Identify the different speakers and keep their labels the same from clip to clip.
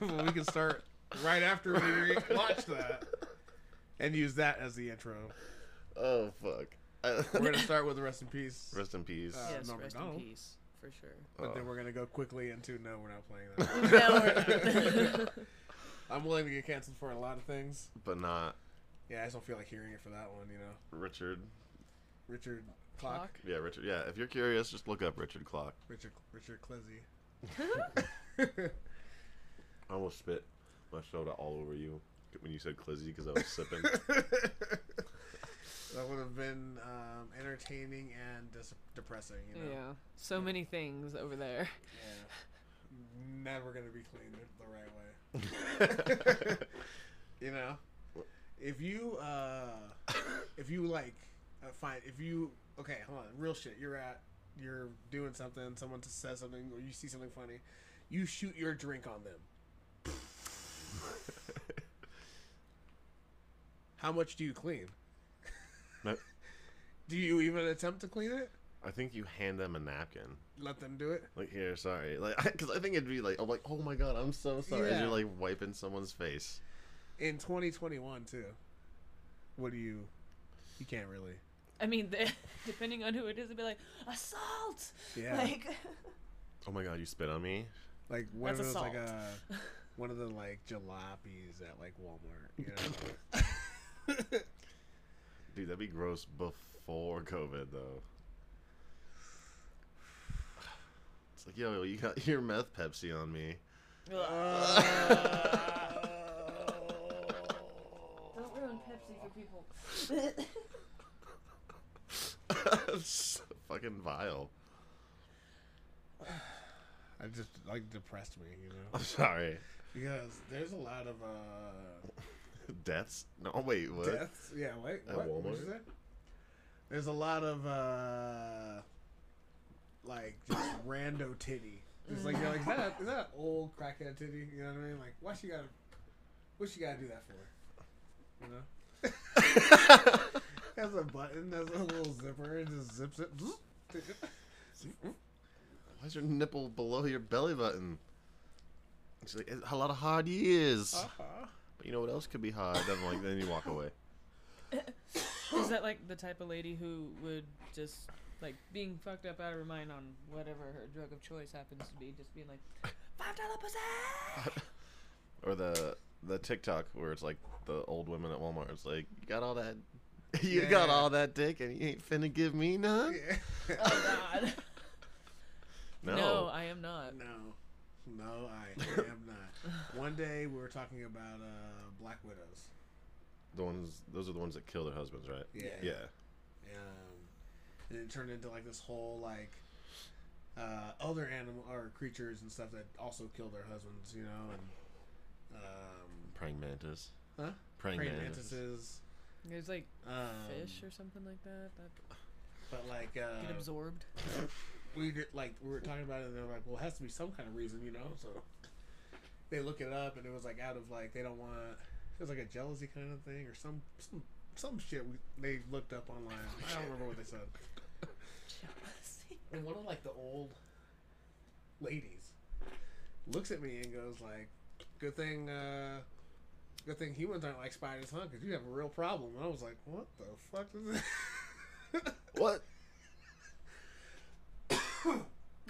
Speaker 1: well, we can start right after we re- watch that and use that as the intro.
Speaker 2: Oh fuck. I-
Speaker 1: We're gonna start with rest in peace,
Speaker 2: Rest in peace.
Speaker 1: Uh,
Speaker 3: Yes,
Speaker 1: no,
Speaker 3: rest
Speaker 1: no.
Speaker 3: in peace, for sure.
Speaker 1: but then
Speaker 2: Oh.
Speaker 1: we're gonna go quickly into no, we're not playing that.
Speaker 3: No,
Speaker 1: I'm willing to get canceled for a lot of things.
Speaker 2: but not
Speaker 1: Yeah, I just don't feel like hearing it for that one. You know,
Speaker 2: Richard.
Speaker 1: Richard Clock,
Speaker 3: Clock.
Speaker 2: Yeah, Richard. Yeah, if you're curious, just look up Richard Clock.
Speaker 1: Richard Richard Clezzy.
Speaker 2: I almost spit my soda all over you when you said Clizzy because I was sipping.
Speaker 1: that would have been um, entertaining and dis- depressing. You know,
Speaker 3: Yeah, so many things over there.
Speaker 1: Yeah. never gonna be cleaned the right way. you know if you uh if you like uh, fine if you okay hold on real shit you're at you're doing something someone says something or you see something funny you shoot your drink on them how much do you clean
Speaker 2: No,
Speaker 1: do you even attempt to clean it
Speaker 2: I think you hand them a napkin.
Speaker 1: let them do it
Speaker 2: Like here, sorry. Like because I think it'd be like I'm like oh my god, I'm so sorry. As
Speaker 1: Yeah.
Speaker 2: you're like wiping someone's face.
Speaker 1: in 2021 too what do you you can't really
Speaker 3: I mean, the, depending on who it is, it'd be like assault.
Speaker 1: Yeah.
Speaker 3: Like,
Speaker 2: Oh my god, you spit on me.
Speaker 1: like one of
Speaker 3: That's
Speaker 1: those like
Speaker 3: assault.
Speaker 1: a one of the like jalopies at like Walmart. You know?
Speaker 2: Dude, that'd be gross before COVID though. It's like yo, you got your meth Pepsi on me.
Speaker 1: Uh,
Speaker 3: don't ruin Pepsi for people.
Speaker 2: It's so fucking vile.
Speaker 1: I just like depressed me, you know,
Speaker 2: I'm sorry.
Speaker 1: because there's a lot of uh,
Speaker 2: Deaths? No, wait, what?
Speaker 1: deaths. Yeah, wait,
Speaker 2: At
Speaker 1: what? What'd you
Speaker 2: Walmart?
Speaker 1: say? There's a lot of uh, like just rando titty. Just like you're like, is that, is that an old crackhead titty? You know what I mean? Like, why she gotta, what she gotta do that for? You know. Has a button, has a little zipper, and just zips it.
Speaker 2: Why's your nipple below your belly button? She's like, "It's a lot of hard years.
Speaker 1: Uh-huh.
Speaker 2: But you know what else could be hard? Then like, then you walk away.
Speaker 3: Is that like the type of lady who would just like being fucked up out of her mind on whatever her drug of choice happens to be, just being like five dollar pussy?
Speaker 2: Or the the TikTok where it's like the old women at Walmart. It's like, you got all that, you got
Speaker 1: Yeah.
Speaker 2: all that dick, and you ain't finna give me none.
Speaker 1: Yeah.
Speaker 3: Oh God!
Speaker 2: No.
Speaker 3: I am not.
Speaker 1: No, no, I am not. One day we were talking about uh, black widows.
Speaker 2: the ones, those are the ones that kill their husbands, right?
Speaker 1: Yeah.
Speaker 2: Yeah.
Speaker 1: Um, and it turned into like this whole like uh, other animal or creatures and stuff that also kill their husbands, you know, and um,
Speaker 2: Praying mantis.
Speaker 1: huh?
Speaker 2: Praying,
Speaker 1: praying
Speaker 2: mantis.
Speaker 1: mantises,
Speaker 3: There's like
Speaker 1: um,
Speaker 3: fish or something like that that
Speaker 1: but like uh,
Speaker 3: get absorbed.
Speaker 1: we did, like we were talking about it and they're like, well, it has to be some kind of reason, you know. So they look it up and it was like out of like they don't want it was like a jealousy kind of thing or some some some shit we, they looked up online. I don't remember what they said.
Speaker 3: Jealousy.
Speaker 1: And one of like the old ladies looks at me and goes like, "Good thing, uh, good thing humans aren't like spiders, huh? Because you have a real problem." And I was like, "What the fuck is this?"
Speaker 2: What?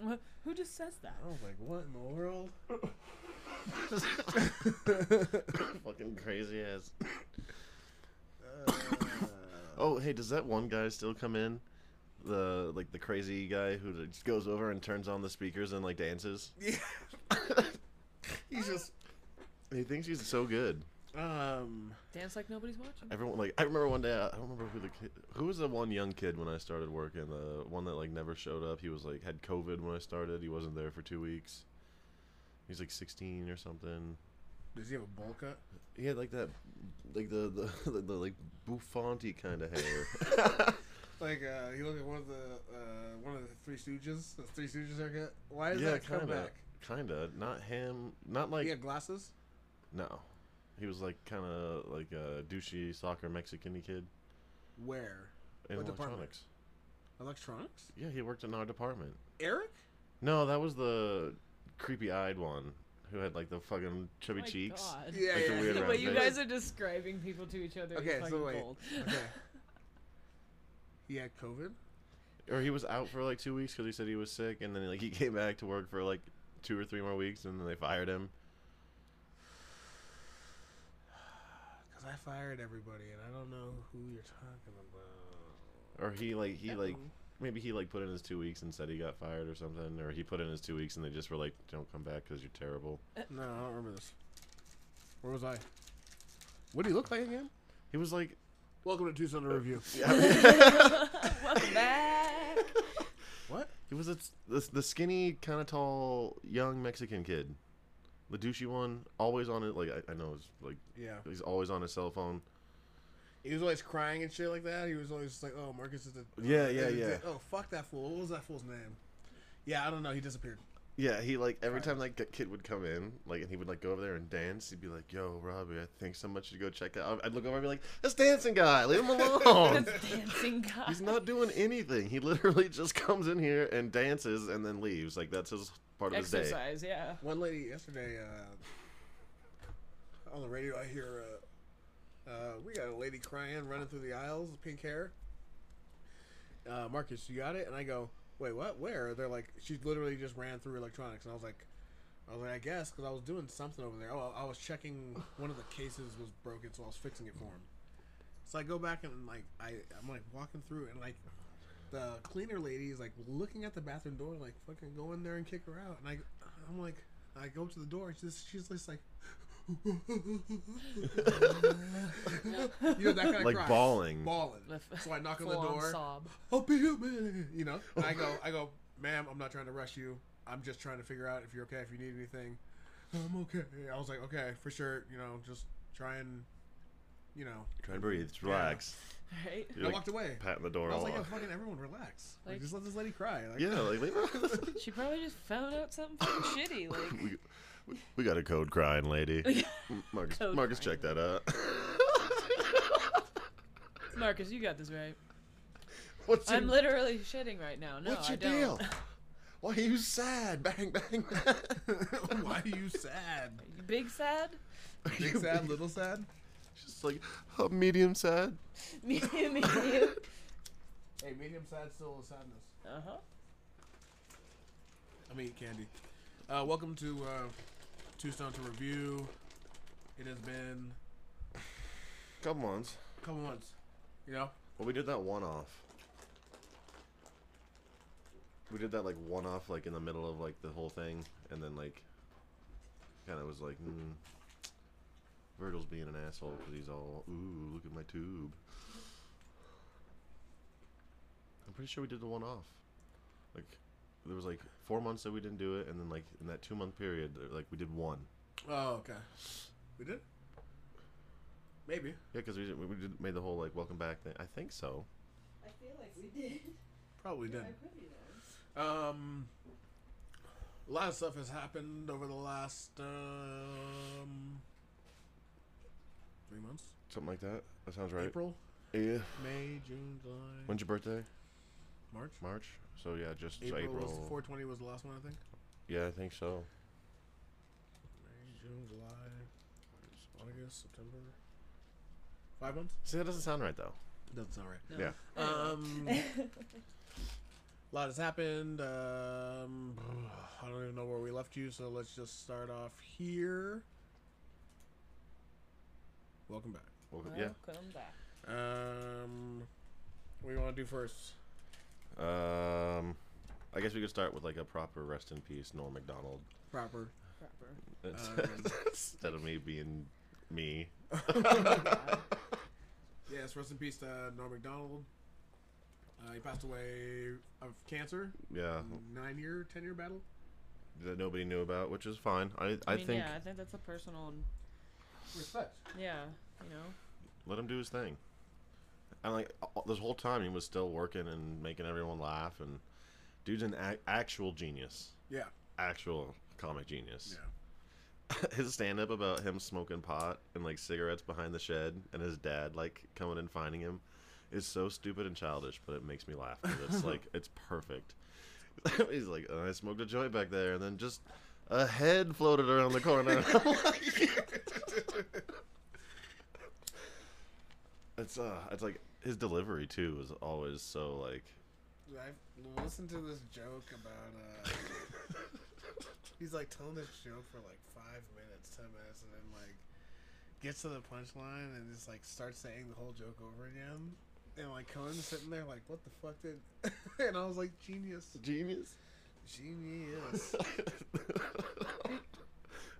Speaker 3: Wha- Who just says that?
Speaker 1: I was like, "What in the world?"
Speaker 2: Fucking crazy ass.
Speaker 1: Uh,
Speaker 2: Oh, hey, does that one guy still come in? The like the crazy guy who just goes over and turns on the speakers and like dances.
Speaker 1: Yeah. He's just
Speaker 2: He thinks he's so good.
Speaker 1: um
Speaker 3: Dance like nobody's watching.
Speaker 2: Everyone like I remember one day I don't remember who the kid who was the one young kid when I started working. The one that like never showed up. He was like had COVID when I started. He wasn't there for two weeks. He's like sixteen or something.
Speaker 1: does he have a bowl cut?
Speaker 2: He had like that, like the the, the, like buffanti kind of hair.
Speaker 1: Like uh he looked at one of the uh one of the three stooges, the three stooges haircut. Why does
Speaker 2: yeah,
Speaker 1: that come
Speaker 2: kind of,
Speaker 1: back?
Speaker 2: kind of. Not him. Not like
Speaker 1: he had glasses?
Speaker 2: No. He was like kind of like a douchey soccer Mexican kid
Speaker 1: Where?
Speaker 2: in
Speaker 1: What
Speaker 2: electronics.
Speaker 1: department? Electronics?
Speaker 2: Yeah, he worked in our department.
Speaker 1: Eric?
Speaker 2: No, that was the creepy eyed one who had like the fucking chubby
Speaker 3: My
Speaker 2: cheeks.
Speaker 3: God.
Speaker 1: Yeah,
Speaker 2: Like the
Speaker 1: yeah.
Speaker 2: weird
Speaker 3: The
Speaker 2: around
Speaker 3: way you
Speaker 2: face.
Speaker 3: guys are describing people to each other
Speaker 1: Okay,
Speaker 3: is
Speaker 1: so
Speaker 3: fucking
Speaker 1: wait.
Speaker 3: cold.
Speaker 1: Okay. He had COVID.
Speaker 2: Or he was out for like two weeks because he said he was sick, and then like he came back to work for like two or three more weeks, and then they fired him.
Speaker 1: Because I fired everybody, and I don't know who you're talking about.
Speaker 2: Or he like he like
Speaker 3: No.
Speaker 2: maybe he like put in his two weeks and said he got fired or something, or he put in his two weeks and they just were like, "Don't come back because you're terrible."
Speaker 1: No, I don't remember this. Where was I? What do you look like again?
Speaker 2: He was like,
Speaker 1: Welcome to Tucson to Review.
Speaker 3: Welcome back.
Speaker 2: Oh.
Speaker 1: What?
Speaker 2: he was a, the the skinny, kind of tall, young Mexican kid, the douchey one, always on it. Like I, I know it's like
Speaker 1: Yeah.
Speaker 2: he's always on his cell phone.
Speaker 1: He was always crying and shit like that. He was always just like, "Oh, Marcus is a
Speaker 2: Yeah,
Speaker 1: is
Speaker 2: yeah,
Speaker 1: a
Speaker 2: yeah.
Speaker 1: dick. Oh, fuck that fool. What was that fool's name? Yeah, I don't know. He disappeared.
Speaker 2: Yeah, he like every
Speaker 1: Right.
Speaker 2: time that g- kid would come in, like, and he would like go over there and dance. He'd be like, "Yo, Robbie, I think someone should go check out." I'd look over and be like, "This dancing guy, leave him alone.
Speaker 3: This dancing guy.
Speaker 2: He's not doing anything. He literally just comes in here and dances and then leaves. Like that's his part of his day."
Speaker 3: Exercise, yeah.
Speaker 1: One lady yesterday uh, on the radio, I hear uh, uh, we got a lady crying, running through the aisles, pink hair. Uh, Marcus, you got it? And I go, wait, what? Where? They're like, she literally just ran through electronics, and I was like, I was like, I guess, because I was doing something over there. Oh, I was checking one of the cases was broken, so I was fixing it for him. So I go back and like I, I'm like walking through and like the cleaner lady is like looking at the bathroom door, like fucking go in there and kick her out. And I, I'm like, I go to the door and she's she's just like, you know that kind of
Speaker 2: Like
Speaker 1: cry.
Speaker 2: bawling.
Speaker 1: balling.
Speaker 3: The f-
Speaker 1: So I knock on the
Speaker 3: full-on
Speaker 1: door.
Speaker 3: Sob.
Speaker 1: I'll be a man. You know, and I go, I go, ma'am, I'm not trying to rush you. I'm just trying to figure out if you're okay, if you need anything. I'm okay. I was like, okay, for sure. You know, just try and, you know.
Speaker 2: Try and breathe. Just relax.
Speaker 3: Right?
Speaker 1: And
Speaker 2: You're,
Speaker 1: I
Speaker 2: like,
Speaker 1: walked away.
Speaker 2: patting the door
Speaker 1: I was
Speaker 2: all
Speaker 1: like, yeah,
Speaker 2: off.
Speaker 1: fucking everyone relax. Like,
Speaker 3: Like-
Speaker 1: just let this lady cry. Like,
Speaker 2: Yeah, like leave her.
Speaker 3: She probably just found out something fucking shitty. Like,
Speaker 2: we, we- we got a code crying lady. M- Marcus,
Speaker 3: Code
Speaker 2: Marcus,
Speaker 3: crying
Speaker 2: check that out.
Speaker 3: Marcus, you got this right.
Speaker 2: What's
Speaker 3: I'm literally shitting right now. No,
Speaker 2: What's
Speaker 3: I
Speaker 2: your
Speaker 3: don't.
Speaker 2: deal? Why are you sad? Bang, bang, bang.
Speaker 1: Why are you sad?
Speaker 3: You Big sad,
Speaker 1: Big sad, little sad.
Speaker 2: Just like uh, medium sad.
Speaker 3: medium, medium.
Speaker 1: Hey, medium sad, still a sadness.
Speaker 3: Uh huh.
Speaker 1: I mean, candy. Uh, welcome to uh, Two Stone to Review. It has been
Speaker 2: Couple months.
Speaker 1: a couple months. You know,
Speaker 2: Well, we did that one off. We did that like one off, like in the middle of like the whole thing, and then like, kind of was like, mm, Virgil's being an asshole because he's all, ooh, look at my tube. I'm pretty sure we did the one off. Like, there was like four months that we didn't do it, and then like in that two month period, there- like we did one.
Speaker 1: Oh, okay. We did? Maybe.
Speaker 2: Yeah, because we did, we did made the whole like welcome back thing. I think so.
Speaker 4: I feel like we did.
Speaker 1: Probably
Speaker 4: I
Speaker 1: did.
Speaker 4: pretty did.
Speaker 1: Um, a lot of stuff has happened over the last um, three months.
Speaker 2: Something like that. That sounds right.
Speaker 1: April,
Speaker 2: Yeah.
Speaker 1: May, June, July,
Speaker 2: When's your birthday?
Speaker 1: March.
Speaker 2: March. So yeah, just
Speaker 1: April,
Speaker 2: April.
Speaker 1: was 420 was the last one, I think.
Speaker 2: yeah, I think so.
Speaker 1: May, June, July, August, September. Five months?
Speaker 2: See, that doesn't sound right though.
Speaker 1: Doesn't sound right.
Speaker 3: No.
Speaker 2: Yeah.
Speaker 1: Um, a lot has happened. Um, I don't even know where we left you, so let's just start off here. Welcome back.
Speaker 2: Well,
Speaker 3: Welcome
Speaker 2: yeah.
Speaker 3: back.
Speaker 1: Um, what do you want to do first?
Speaker 2: Um, I guess we could start with like a proper rest in peace, Norm Macdonald,
Speaker 1: Proper.
Speaker 3: Proper.
Speaker 1: Um,
Speaker 2: instead of me being me.
Speaker 1: yes, rest in peace to Norm McDonald. Uh, he passed away of cancer.
Speaker 2: Yeah,
Speaker 1: Nine year, ten year battle.
Speaker 2: that nobody knew about, which is fine. I I,
Speaker 3: I, mean,
Speaker 2: think
Speaker 3: yeah, I think that's a personal,
Speaker 1: Respect.
Speaker 3: yeah, you know.
Speaker 2: let him do his thing. And like a- this whole time, he was still working and making everyone laugh. And dude's an ac actual genius,
Speaker 1: Yeah.
Speaker 2: actual comic genius.
Speaker 1: Yeah.
Speaker 2: his stand up about him smoking pot and like cigarettes behind the shed and his dad like coming and finding him is so stupid and childish, but it makes me laugh. 'cause It's like it's perfect. He's like, "Uh, I smoked a joint back there, and then just a head floated around the corner. it's uh, it's like his delivery too is always so like.
Speaker 1: I listened to this joke about. Uh, he's like telling this joke for like five minutes, ten minutes, and then like gets to the punchline and just like starts saying the whole joke over again. And like Cohen's sitting there like, what the fuck did? and I was like, genius,
Speaker 2: Genius.
Speaker 1: genius.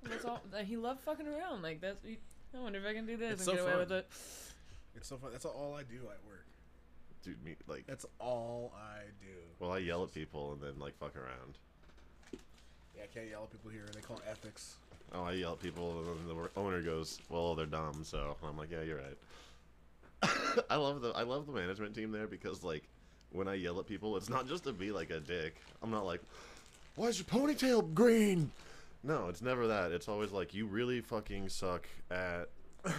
Speaker 3: That's all. Like, he loved fucking around. Like that's. He, I wonder if I can do this
Speaker 1: It's
Speaker 3: and
Speaker 1: so
Speaker 3: get away with
Speaker 1: fun.
Speaker 3: it.
Speaker 1: it's so fun. That's all I do at work.
Speaker 2: Dude, me like.
Speaker 1: That's all I do.
Speaker 2: Well, I yell at people and then like fuck around.
Speaker 1: Yeah, I can't yell at people here. They call it ethics.
Speaker 2: Oh, I yell at people, and then the owner goes, "Well, they're dumb." So I'm like, "Yeah, you're right." I love the I love the management team there because like when I yell at people, it's not just to be like a dick. I'm not like, "Why is your ponytail green?" No, it's never that. It's always like, "You really fucking suck at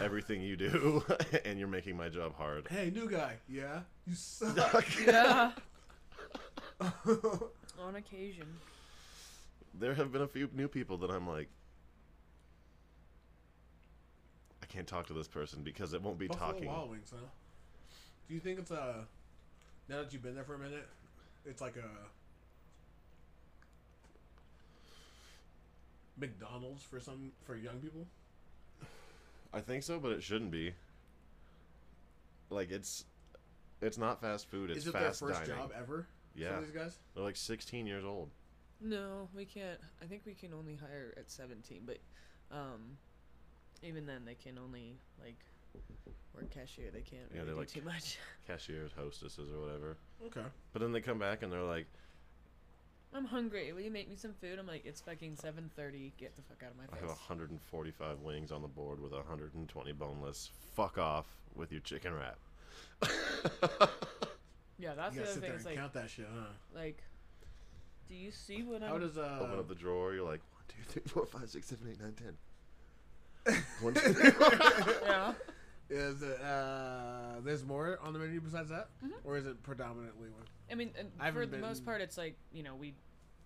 Speaker 2: everything you do, and you're making my job hard."
Speaker 1: Hey, new guy. Yeah, you suck.
Speaker 3: Yeah. On occasion.
Speaker 2: there have been a few new people that I'm like, I can't talk to this person because it won't be
Speaker 1: Buffalo
Speaker 2: talking.
Speaker 1: Wild Wings, huh? Do you think it's a now that you've been there for a minute, it's like a McDonald's for some for young people?
Speaker 2: I think so, but it shouldn't be. Like it's, it's not fast food. It's
Speaker 1: Is it their
Speaker 2: fast
Speaker 1: first
Speaker 2: dining.
Speaker 1: job ever? Some
Speaker 2: Yeah,
Speaker 1: of these guys.
Speaker 2: they're like 16 years old.
Speaker 3: No, we can't. I think we can only hire at 17, but um, even then, they can only like work cashier. They can't
Speaker 2: Yeah,
Speaker 3: really
Speaker 2: they're
Speaker 3: do
Speaker 2: like-
Speaker 3: too much.
Speaker 2: Cashiers, hostesses, or whatever.
Speaker 1: Okay.
Speaker 2: But then they come back and they're like,
Speaker 3: I'm hungry. Will you make me some food? I'm like, it's fucking 7:30. Get the fuck out of my
Speaker 2: I have
Speaker 3: face.
Speaker 2: 145 wings on the board with 120 boneless. Fuck off with your chicken wrap.
Speaker 3: Yeah, that's
Speaker 1: you
Speaker 3: the
Speaker 1: gotta sit
Speaker 3: other thing.
Speaker 1: there
Speaker 3: It's
Speaker 1: and
Speaker 3: like,
Speaker 1: count that shit, huh?
Speaker 3: like, do you see what I'm?
Speaker 1: How does uh?
Speaker 2: Open up the drawer. You're like one, two, three, four, five, six, seven, eight, nine, ten. One, two, three, four.
Speaker 3: yeah.
Speaker 1: is it uh? There's more on the menu besides that,
Speaker 3: Mm-hmm.
Speaker 1: or is it predominantly one?
Speaker 3: I mean, and
Speaker 1: I
Speaker 3: for
Speaker 1: haven't
Speaker 3: the most
Speaker 1: been-
Speaker 3: part, it's like you know we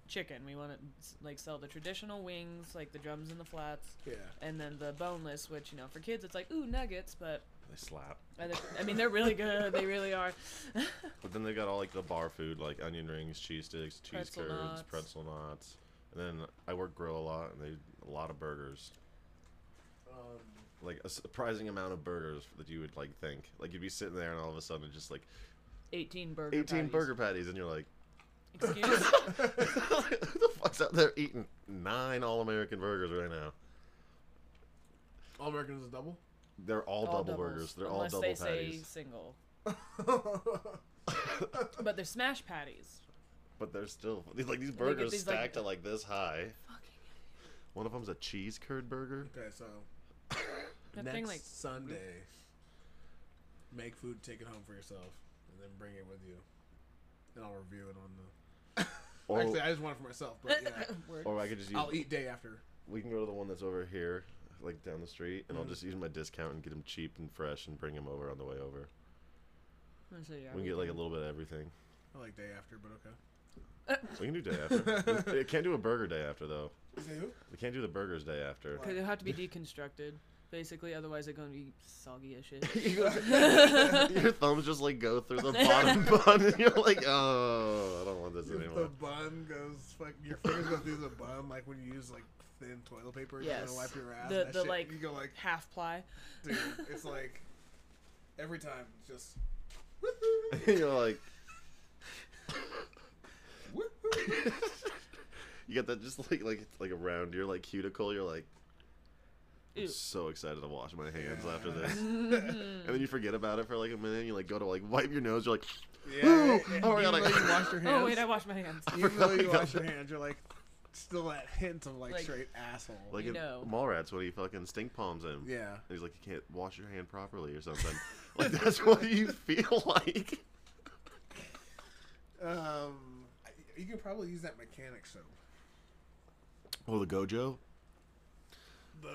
Speaker 3: chicken. We want to like sell the traditional wings, like the drums and the flats,
Speaker 1: Yeah.
Speaker 3: and then the boneless, which you know for kids it's like ooh nuggets, but
Speaker 2: They slap.
Speaker 3: other- I mean they're really good. They really are.
Speaker 2: But then they got all like the bar food, like onion rings, cheese sticks, cheese
Speaker 3: Pretzel
Speaker 2: curds,
Speaker 3: knots.
Speaker 2: pretzel knots. And then I work grill a lot, and they a lot of burgers,
Speaker 1: Um,
Speaker 2: like a surprising amount of burgers that you would like think. Like you'd be sitting there, and all of a sudden, it's just like
Speaker 3: 18 burger.
Speaker 2: eighteen
Speaker 3: patties.
Speaker 2: burger patties, and you're like,
Speaker 3: Excuse.
Speaker 2: who the fuck's out there eating nine All American burgers right now?
Speaker 1: All Americans is double.
Speaker 2: They're all,
Speaker 3: all
Speaker 2: double burgers. They're
Speaker 3: unless
Speaker 2: all
Speaker 3: they
Speaker 2: double patties.
Speaker 3: say single. But they're smash patties.
Speaker 2: But they're still these- like these
Speaker 3: they get
Speaker 2: burgers
Speaker 3: these, like-
Speaker 2: stacked to like this high.
Speaker 3: Fucking.
Speaker 2: One of them's a cheese curd burger.
Speaker 1: okay, so
Speaker 3: That
Speaker 1: next
Speaker 3: thing like
Speaker 1: Sunday, make food, take it home for yourself, and then bring it with you, and I'll review it on the.
Speaker 2: Or,
Speaker 1: Actually, I just want it for myself, but yeah,
Speaker 3: word.
Speaker 2: or I could just use,
Speaker 1: I'll eat day after.
Speaker 2: we can go to the one that's over here, like down the street, and
Speaker 3: Mm.
Speaker 2: I'll just use my discount and get them cheap and fresh and bring them over on the way over.
Speaker 3: I'm sorry, yeah,
Speaker 2: we can get like a little bit of everything.
Speaker 1: I like day after, but okay.
Speaker 2: We can do day after. We- it can't do a burger day after though.
Speaker 1: Say who?
Speaker 2: We can't do the burgers day after.
Speaker 3: 'Cause they have to be deconstructed, basically. Otherwise, they're gonna be soggy as shit.
Speaker 2: Your thumbs just like go through the bottom bun, and you're like, oh, I don't want this
Speaker 1: If the
Speaker 2: anymore.
Speaker 1: bun goes, fuck, your fingers go through the bun like when you use like thin toilet paper
Speaker 3: Yes.
Speaker 1: to wipe your ass.
Speaker 3: The-
Speaker 1: and that
Speaker 3: the,
Speaker 1: shit,
Speaker 3: like-
Speaker 1: you go like,
Speaker 3: Half ply.
Speaker 1: dude, it's like every time, it's just.
Speaker 2: you're like,
Speaker 1: woo-hoo.
Speaker 2: you got that just like like like around your like cuticle. You're like, I'm
Speaker 3: Ew.
Speaker 2: so excited to wash my hands
Speaker 1: Yeah.
Speaker 2: after this. And then you forget about it for like a minute. And you like go to like wipe your nose. You're like,
Speaker 1: Yeah,
Speaker 2: Ooh,
Speaker 1: and even
Speaker 2: oh my God, I-
Speaker 1: though you wash your hands.
Speaker 3: Oh wait, I washed my hands.
Speaker 1: Even though
Speaker 2: forgot
Speaker 1: you
Speaker 2: about
Speaker 1: wash your
Speaker 2: that.
Speaker 1: hands, you're like still that hint of like,
Speaker 3: Like-
Speaker 1: straight asshole.
Speaker 2: like
Speaker 3: You
Speaker 2: in
Speaker 3: know.
Speaker 2: Mallrats when he fucking stink palms him.
Speaker 1: yeah.
Speaker 2: And he's like, you can't wash your hand properly or something. like that's what you feel like.
Speaker 1: Um, I- you could probably use that mechanic soap.
Speaker 2: Oh, the Gojo.
Speaker 1: The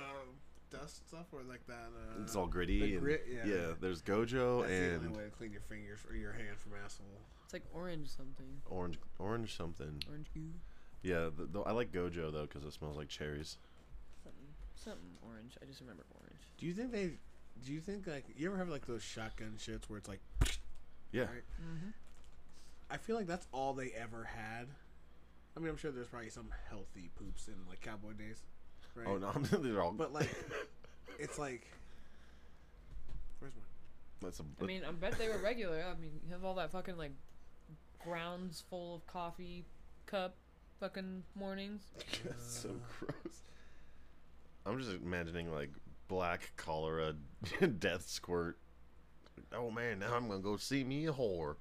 Speaker 1: dust stuff or like that. Uh,
Speaker 2: It's all gritty.
Speaker 1: the
Speaker 2: and,
Speaker 1: grit, yeah.
Speaker 2: there's Gojo
Speaker 1: that's the
Speaker 2: and
Speaker 1: only way to clean your fingers or your hand from asshole.
Speaker 3: It's like orange something.
Speaker 2: orange orange something.
Speaker 3: Orange goo.
Speaker 2: Yeah, th though I like Gojo though because it smells like cherries.
Speaker 3: Something, something orange. I just remember orange.
Speaker 1: Do you think they? Do you think like you ever have like those shotgun shits where it's like
Speaker 2: Yeah,
Speaker 1: Right.
Speaker 3: Mm-hmm.
Speaker 1: I feel like that's all they ever had. I mean, I'm sure there's probably some healthy poops in like cowboy days, right?
Speaker 2: Oh no, they're all.
Speaker 1: But, like, It's like, where's my?
Speaker 2: that's a.
Speaker 3: I mean, I bet they were regular. I mean, you have all that fucking like grounds full of coffee cup fucking mornings.
Speaker 2: that's so
Speaker 1: uh.
Speaker 2: gross. I'm just imagining like black cholera, death squirt. Oh man, now I'm gonna go see me a whore.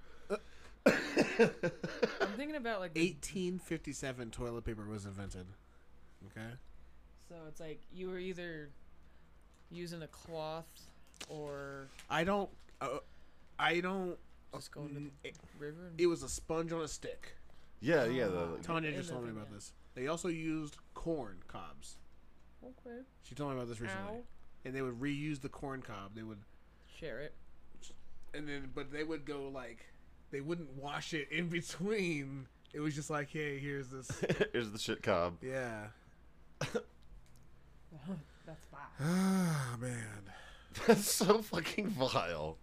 Speaker 3: I'm thinking about like the-
Speaker 1: 1857 toilet paper was invented. Okay.
Speaker 3: so it's like you were either using a cloth or
Speaker 1: I don't. Uh, I don't.
Speaker 3: Just go into the-
Speaker 1: it,
Speaker 3: river. And
Speaker 1: it was a sponge on a stick.
Speaker 2: Yeah, yeah. The,
Speaker 3: Ah.
Speaker 2: like,
Speaker 1: Tanya
Speaker 3: in
Speaker 1: just
Speaker 3: the
Speaker 1: told me
Speaker 3: thing,
Speaker 1: about
Speaker 3: yeah.
Speaker 1: this. They also used corn cobs.
Speaker 3: okay.
Speaker 1: She told me about this recently.
Speaker 3: Ow.
Speaker 1: And they would reuse the corn cob. They would
Speaker 3: Share it.
Speaker 1: and then but they would go like they wouldn't wash it in between. It was just like, hey, here's this.
Speaker 2: here's the shit cob.
Speaker 1: yeah.
Speaker 3: That's fine.
Speaker 1: Ah man.
Speaker 2: That's so fucking vile.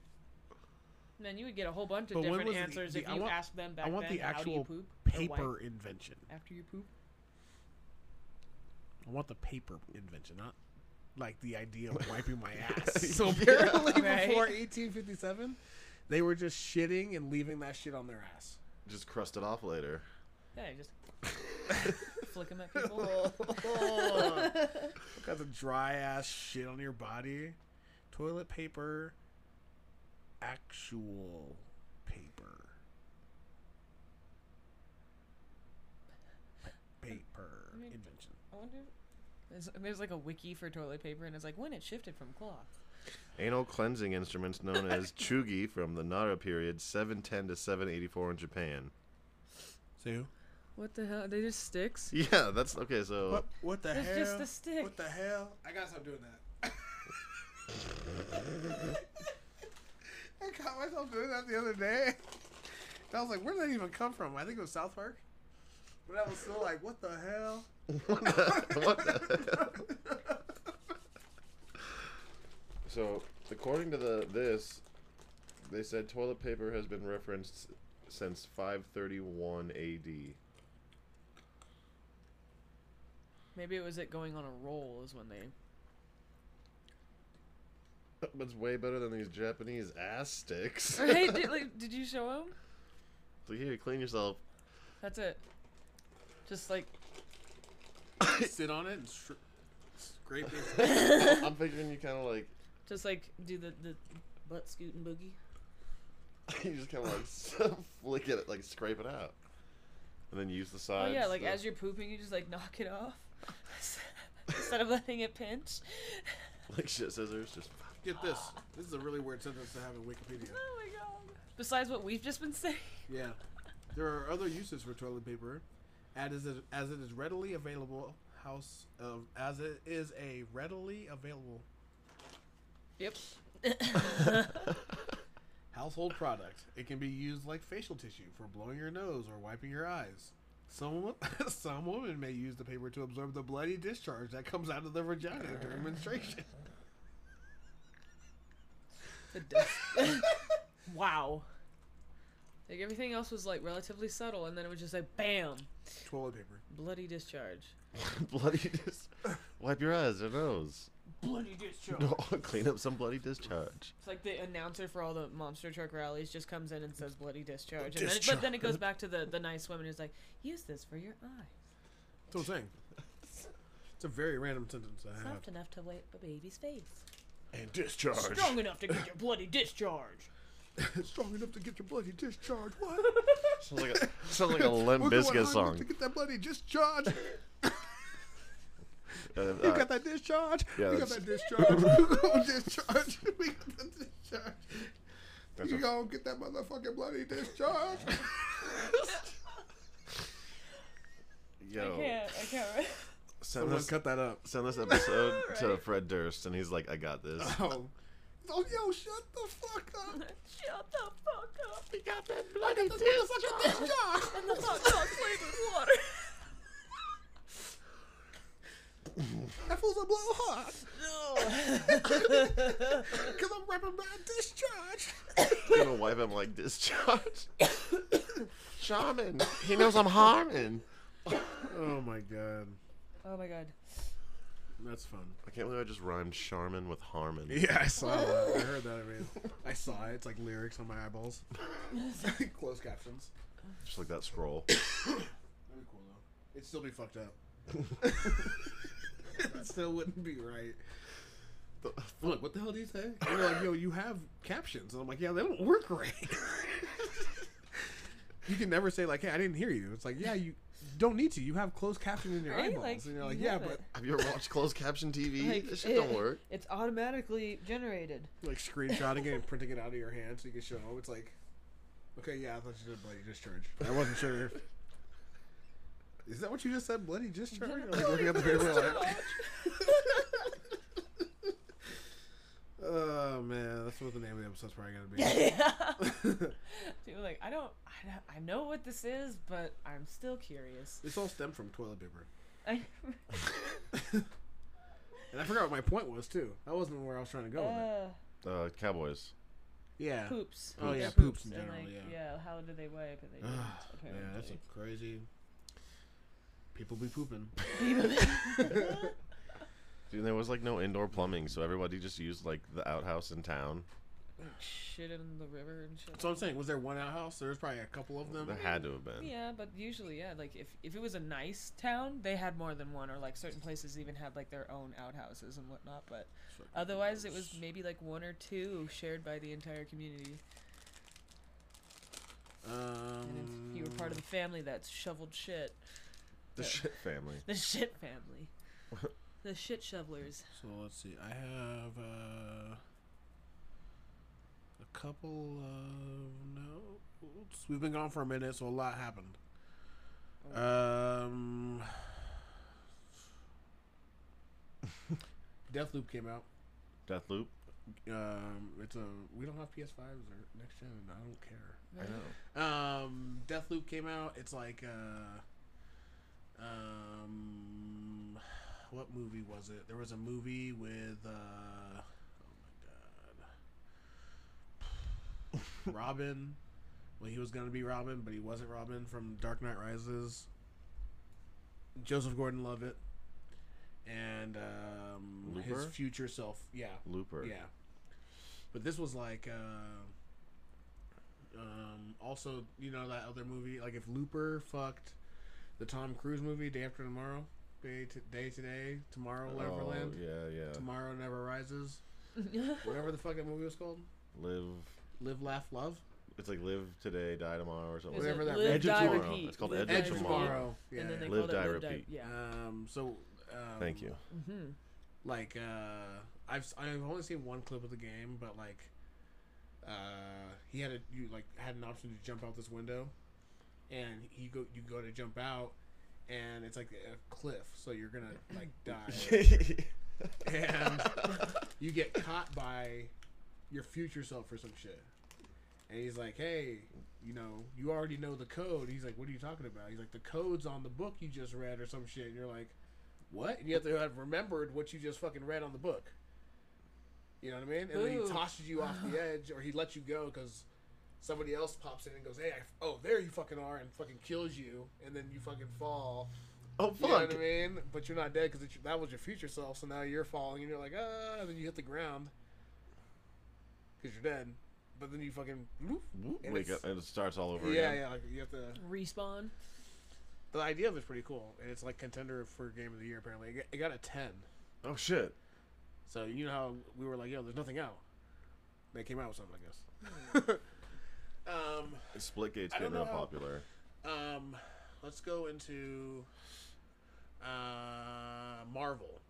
Speaker 3: Man, you would get a whole bunch of
Speaker 1: But when
Speaker 3: different
Speaker 1: was the-
Speaker 3: answers
Speaker 1: the-
Speaker 3: if
Speaker 1: I
Speaker 3: you
Speaker 1: want-
Speaker 3: asked them back
Speaker 1: I want
Speaker 3: then.
Speaker 1: the
Speaker 3: how do you
Speaker 1: actual
Speaker 3: poop? or wipe
Speaker 1: Paper invention.
Speaker 3: after you poop.
Speaker 1: I want the paper invention, not like the idea of wiping my ass.
Speaker 2: Yeah.
Speaker 1: So apparently,
Speaker 3: Right.
Speaker 1: before 1857, they were just shitting and leaving that shit on their ass.
Speaker 2: Just crust it off later.
Speaker 3: Yeah, you just flick them at people.
Speaker 1: Got the dry ass shit on your body. Toilet paper. Actual paper. Paper
Speaker 3: mean-
Speaker 1: invention.
Speaker 3: I wonder. There's, there's like a wiki for toilet paper, and it's like when it shifted from cloth.
Speaker 2: Anal cleansing instruments known as chugi from the Nara period, 710 to 784 in Japan.
Speaker 1: So
Speaker 3: What the hell? They just sticks.
Speaker 2: Yeah, that's okay. So
Speaker 1: what? What the
Speaker 3: It's
Speaker 1: hell?
Speaker 3: just a stick.
Speaker 1: What the hell? I gotta stop doing that. I caught myself doing that the other day. And I was like, where did that even come from? I think it was South Park. But I was still like, what the hell?
Speaker 2: what the, what the hell? So according to the this, they said toilet paper has been referenced since 531 A.D.
Speaker 3: Maybe it was it going on a roll is when they.
Speaker 2: But it's way better than these Japanese ass sticks.
Speaker 3: Right? did, like, did you show him?
Speaker 2: so here, clean yourself.
Speaker 3: That's it. Just like
Speaker 1: Sit on it and str- scrape it.
Speaker 2: I'm figuring you kind of like
Speaker 3: just like do the the butt scoot and boogie.
Speaker 2: you just kind of like flick it, like scrape it out, and then use Uh, the
Speaker 3: Oh
Speaker 2: sides.
Speaker 3: yeah, like
Speaker 2: to-
Speaker 3: as you're pooping, you just like knock it off instead of letting it pinch.
Speaker 2: like shit scissors, just
Speaker 1: Get this. This is a really weird sentence to have in Wikipedia.
Speaker 3: Oh my god. Besides what we've just been saying.
Speaker 1: Yeah. There are other uses for toilet paper, as it, as it is readily available house of as it is a readily available
Speaker 3: Yep.
Speaker 1: Household product. It can be used like facial tissue for blowing your nose or wiping your eyes. Some wo- some women may use the paper to absorb the bloody discharge that comes out of the vagina during menstruation.
Speaker 3: The dust. wow. Like everything else was like relatively subtle, and then it was just like bam,
Speaker 1: Toilet paper.
Speaker 3: bloody discharge.
Speaker 2: bloody just wipe your eyes or nose.
Speaker 3: Bloody discharge.
Speaker 2: No, clean up some bloody discharge.
Speaker 3: It's like the announcer for all the monster truck rallies just comes in and says bloody discharge, and Then,
Speaker 1: Discharge.
Speaker 3: but then it goes back to the the nice woman who's like, use this for your eye.
Speaker 1: That's what I'm saying. It's a very random sentence I have.
Speaker 3: Soft enough to wipe a baby's face.
Speaker 1: And discharge.
Speaker 3: Strong enough to get your bloody discharge.
Speaker 1: Strong enough to get your bloody discharge. What?
Speaker 2: Sounds like a, sounds like a Limp
Speaker 1: We're going hard
Speaker 2: Bizkit
Speaker 1: enough
Speaker 2: song.
Speaker 1: To get that bloody discharge.
Speaker 2: Uh,
Speaker 1: You
Speaker 2: uh,
Speaker 1: got that discharge.
Speaker 2: yeah,
Speaker 1: we got that
Speaker 2: that's-
Speaker 1: discharge. we gonna discharge. We got that discharge.
Speaker 2: that's
Speaker 1: you
Speaker 2: a-
Speaker 1: gonna get that motherfucking bloody discharge. Oh.
Speaker 3: I
Speaker 2: yo,
Speaker 3: can't. I can't.
Speaker 2: send this,
Speaker 1: cut that up.
Speaker 2: send this episode to
Speaker 3: Right.
Speaker 2: Fred Durst, and he's like, I got this.
Speaker 1: Oh. Oh, yo, shut the fuck up.
Speaker 3: Shut the fuck up.
Speaker 2: We got that bloody
Speaker 1: That's a discharge.
Speaker 3: And the hot dog flavored water.
Speaker 1: That fool's a blow hard.
Speaker 3: No.
Speaker 1: Because I'm rapping about discharge.
Speaker 2: gonna wipe him like discharge. Shaman, he knows I'm harming.
Speaker 1: Oh my god.
Speaker 3: oh my god.
Speaker 1: That's fun.
Speaker 2: I can't believe I just rhymed Charmin with Harmon.
Speaker 1: Yeah, I saw that. I heard that. I mean, I saw it. It's like lyrics on my eyeballs. Closed captions.
Speaker 2: Just like that scroll.
Speaker 1: That'd be cool though. It'd still be fucked up. it still wouldn't be right. I'm like, what the hell do you say? And they're like, yo, you have captions. And I'm like, yeah, they don't work right. you can never say like, hey, I didn't hear you. It's like, yeah, you don't need to. You have closed caption in your
Speaker 3: Right?
Speaker 1: eyeballs.
Speaker 3: Like,
Speaker 1: and you're like,
Speaker 3: you
Speaker 1: yeah,
Speaker 3: have
Speaker 1: but
Speaker 3: it.
Speaker 2: Have you ever watched closed caption TV?
Speaker 3: Like, eh.
Speaker 2: this shit don't
Speaker 3: it-
Speaker 2: work.
Speaker 3: It's automatically generated.
Speaker 1: like screenshotting it and printing it out of your hand so you can show them. It's like, okay, yeah, I thought you did bloody discharge. I wasn't sure. if- Is that what you just said? Bloody discharge? I was looking at the paper like, oh man, that's what the name of the episode's probably gonna be.
Speaker 3: People are like I don't, I don't- I know what this is, but I'm still curious.
Speaker 1: this all stemmed from toilet paper,
Speaker 3: I,
Speaker 1: and I forgot what my point was too. That wasn't where I was trying to go. with it.
Speaker 3: uh,
Speaker 2: Uh, Cowboys.
Speaker 1: Yeah.
Speaker 3: poops.
Speaker 1: Oh, yeah, poops in
Speaker 3: and,
Speaker 1: general,
Speaker 3: like,
Speaker 1: yeah.
Speaker 3: how do they wipe? And they
Speaker 1: Ugh,
Speaker 3: didn't,
Speaker 1: yeah, that's
Speaker 3: apparently.
Speaker 1: a crazy. People be pooping.
Speaker 2: Dude, there was like no indoor plumbing, so everybody just used like the outhouse in town.
Speaker 3: Like, shit in the river and shit.
Speaker 1: That's what I'm saying. Was there one outhouse? There was probably a couple of them.
Speaker 2: There had to have been.
Speaker 3: Yeah, but usually, yeah, like if if it was a nice town, they had more than one, or like certain places even had like their own outhouses and whatnot. But otherwise, it was maybe like one or two shared by the entire community.
Speaker 1: Um,
Speaker 3: And if you were part of
Speaker 1: Mm.
Speaker 3: the family that shoveled shit,
Speaker 2: The
Speaker 3: Yeah.
Speaker 2: shit family.
Speaker 3: the shit family, the shit shovelers.
Speaker 1: So let's see. I have uh, a couple of notes. We've been gone for a minute, so a lot happened. Um, Deathloop came out.
Speaker 2: Deathloop.
Speaker 1: Um, it's a we don't have PS5s or next gen. I don't care.
Speaker 2: I know.
Speaker 1: Um, Deathloop came out. It's like, uh, um, what movie was it? There was a movie with, uh, oh my god, Robin. Well, he was gonna be Robin, but he wasn't Robin from Dark Knight Rises. Joseph Gordon-Levitt and um, his
Speaker 2: Looper?
Speaker 1: future self. Yeah,
Speaker 2: Looper.
Speaker 1: yeah. But this was like uh, um also, you know that other movie like if Looper fucked the Tom Cruise movie Day After Tomorrow, Day to, Day Today, Tomorrow
Speaker 2: Oh,
Speaker 1: Neverland,
Speaker 2: yeah, yeah.
Speaker 1: Tomorrow Never Rises,
Speaker 3: Yeah.
Speaker 1: whatever the fuck that movie was called.
Speaker 2: Live.
Speaker 1: Live, laugh, love.
Speaker 2: It's like live today, die tomorrow, or something.
Speaker 1: Is Whatever it that
Speaker 3: live,
Speaker 1: Edge of
Speaker 3: die,
Speaker 1: Tomorrow.
Speaker 3: repeat.
Speaker 2: It's called
Speaker 3: live,
Speaker 2: Edge
Speaker 1: Edge
Speaker 2: of
Speaker 3: die, repeat.
Speaker 2: Tomorrow.
Speaker 1: Tomorrow. Yeah.
Speaker 3: And then they
Speaker 2: Live,
Speaker 3: called
Speaker 2: die,
Speaker 3: it live,
Speaker 2: repeat.
Speaker 3: die. Yeah.
Speaker 1: um. So. Um,
Speaker 2: Thank you.
Speaker 3: Mm-hmm.
Speaker 1: like uh I've I've only seen one clip of the game, but like uh he had a you like had an option to jump out this window and you go you go to jump out and it's like a cliff, so you're gonna like die. and you get caught by your future self for some shit. And he's like, Hey, you know, you already know the code. He's like, What are you talking about? He's like, The code's on the book you just read or some shit and you're like what? And you have to have remembered what you just fucking read on the book. You know what I mean? And then he
Speaker 3: Ooh.
Speaker 1: tosses you off the edge, or he lets you go because somebody else pops in and goes, "Hey, I f oh, there you fucking are," and fucking kills you, and then you fucking fall.
Speaker 2: oh
Speaker 1: You know
Speaker 2: fuck!
Speaker 1: what I mean? But you're not dead because that was your future self. So now you're falling, and you're like, ah, and then you hit the ground because you're dead. But then you fucking whoop.
Speaker 2: Whoop,
Speaker 1: And
Speaker 2: Wake
Speaker 1: it's-
Speaker 2: up and it starts all over
Speaker 1: yeah,
Speaker 2: again.
Speaker 1: yeah. Like you have to.
Speaker 3: Respawn.
Speaker 1: The idea of it's pretty cool, and it's like contender for game of the year. Apparently, it got, it got a ten.
Speaker 2: Oh shit!
Speaker 1: So you know how we were like, yo, there's nothing out. They came out with something, I guess. um,
Speaker 2: Splitgate's
Speaker 1: I don't
Speaker 2: getting
Speaker 1: know
Speaker 2: real
Speaker 1: how-
Speaker 2: popular.
Speaker 1: um, let's go into uh, Marvel.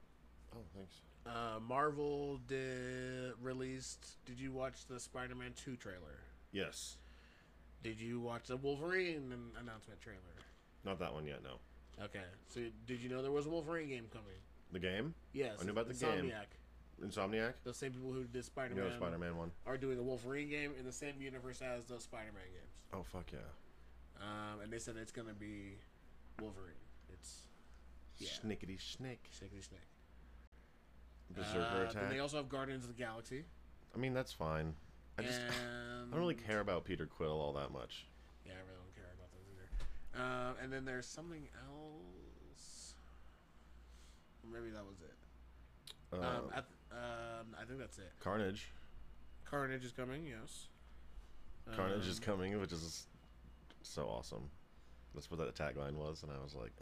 Speaker 2: Oh thanks.
Speaker 1: Uh, Marvel did released. Did you watch the Spider-Man Two trailer?
Speaker 2: Yes.
Speaker 1: Did you watch the Wolverine an- announcement trailer?
Speaker 2: Not that one yet. No.
Speaker 1: Okay. So did you know there was a Wolverine game coming?
Speaker 2: The game.
Speaker 1: Yes.
Speaker 2: I knew about the
Speaker 1: Insomniac.
Speaker 2: game. Insomniac.
Speaker 1: Those same people who did
Speaker 2: You
Speaker 1: Spider-Man
Speaker 2: know, Spider-Man one.
Speaker 1: are doing the Wolverine game in the same universe as those Spider-Man games.
Speaker 2: Oh fuck yeah!
Speaker 1: Um, and they said it's gonna be Wolverine. It's Yeah.
Speaker 2: Snickety snick.
Speaker 1: Snakey Snake.
Speaker 2: Berserker
Speaker 1: Uh,
Speaker 2: attack.
Speaker 1: Then they also have Guardians of the Galaxy.
Speaker 2: I mean, that's fine. I just I don't really
Speaker 1: and-
Speaker 2: care about Peter Quill all that much.
Speaker 1: Yeah, I really don't care about those either. Um, and then there's something else. Maybe that was it.
Speaker 2: Uh,
Speaker 1: Um, I, th- um, I think that's it.
Speaker 2: Carnage.
Speaker 1: Carnage is coming. Yes.
Speaker 2: Carnage is
Speaker 1: Um,
Speaker 2: coming, which is so awesome. That's what that tagline was, and I was like,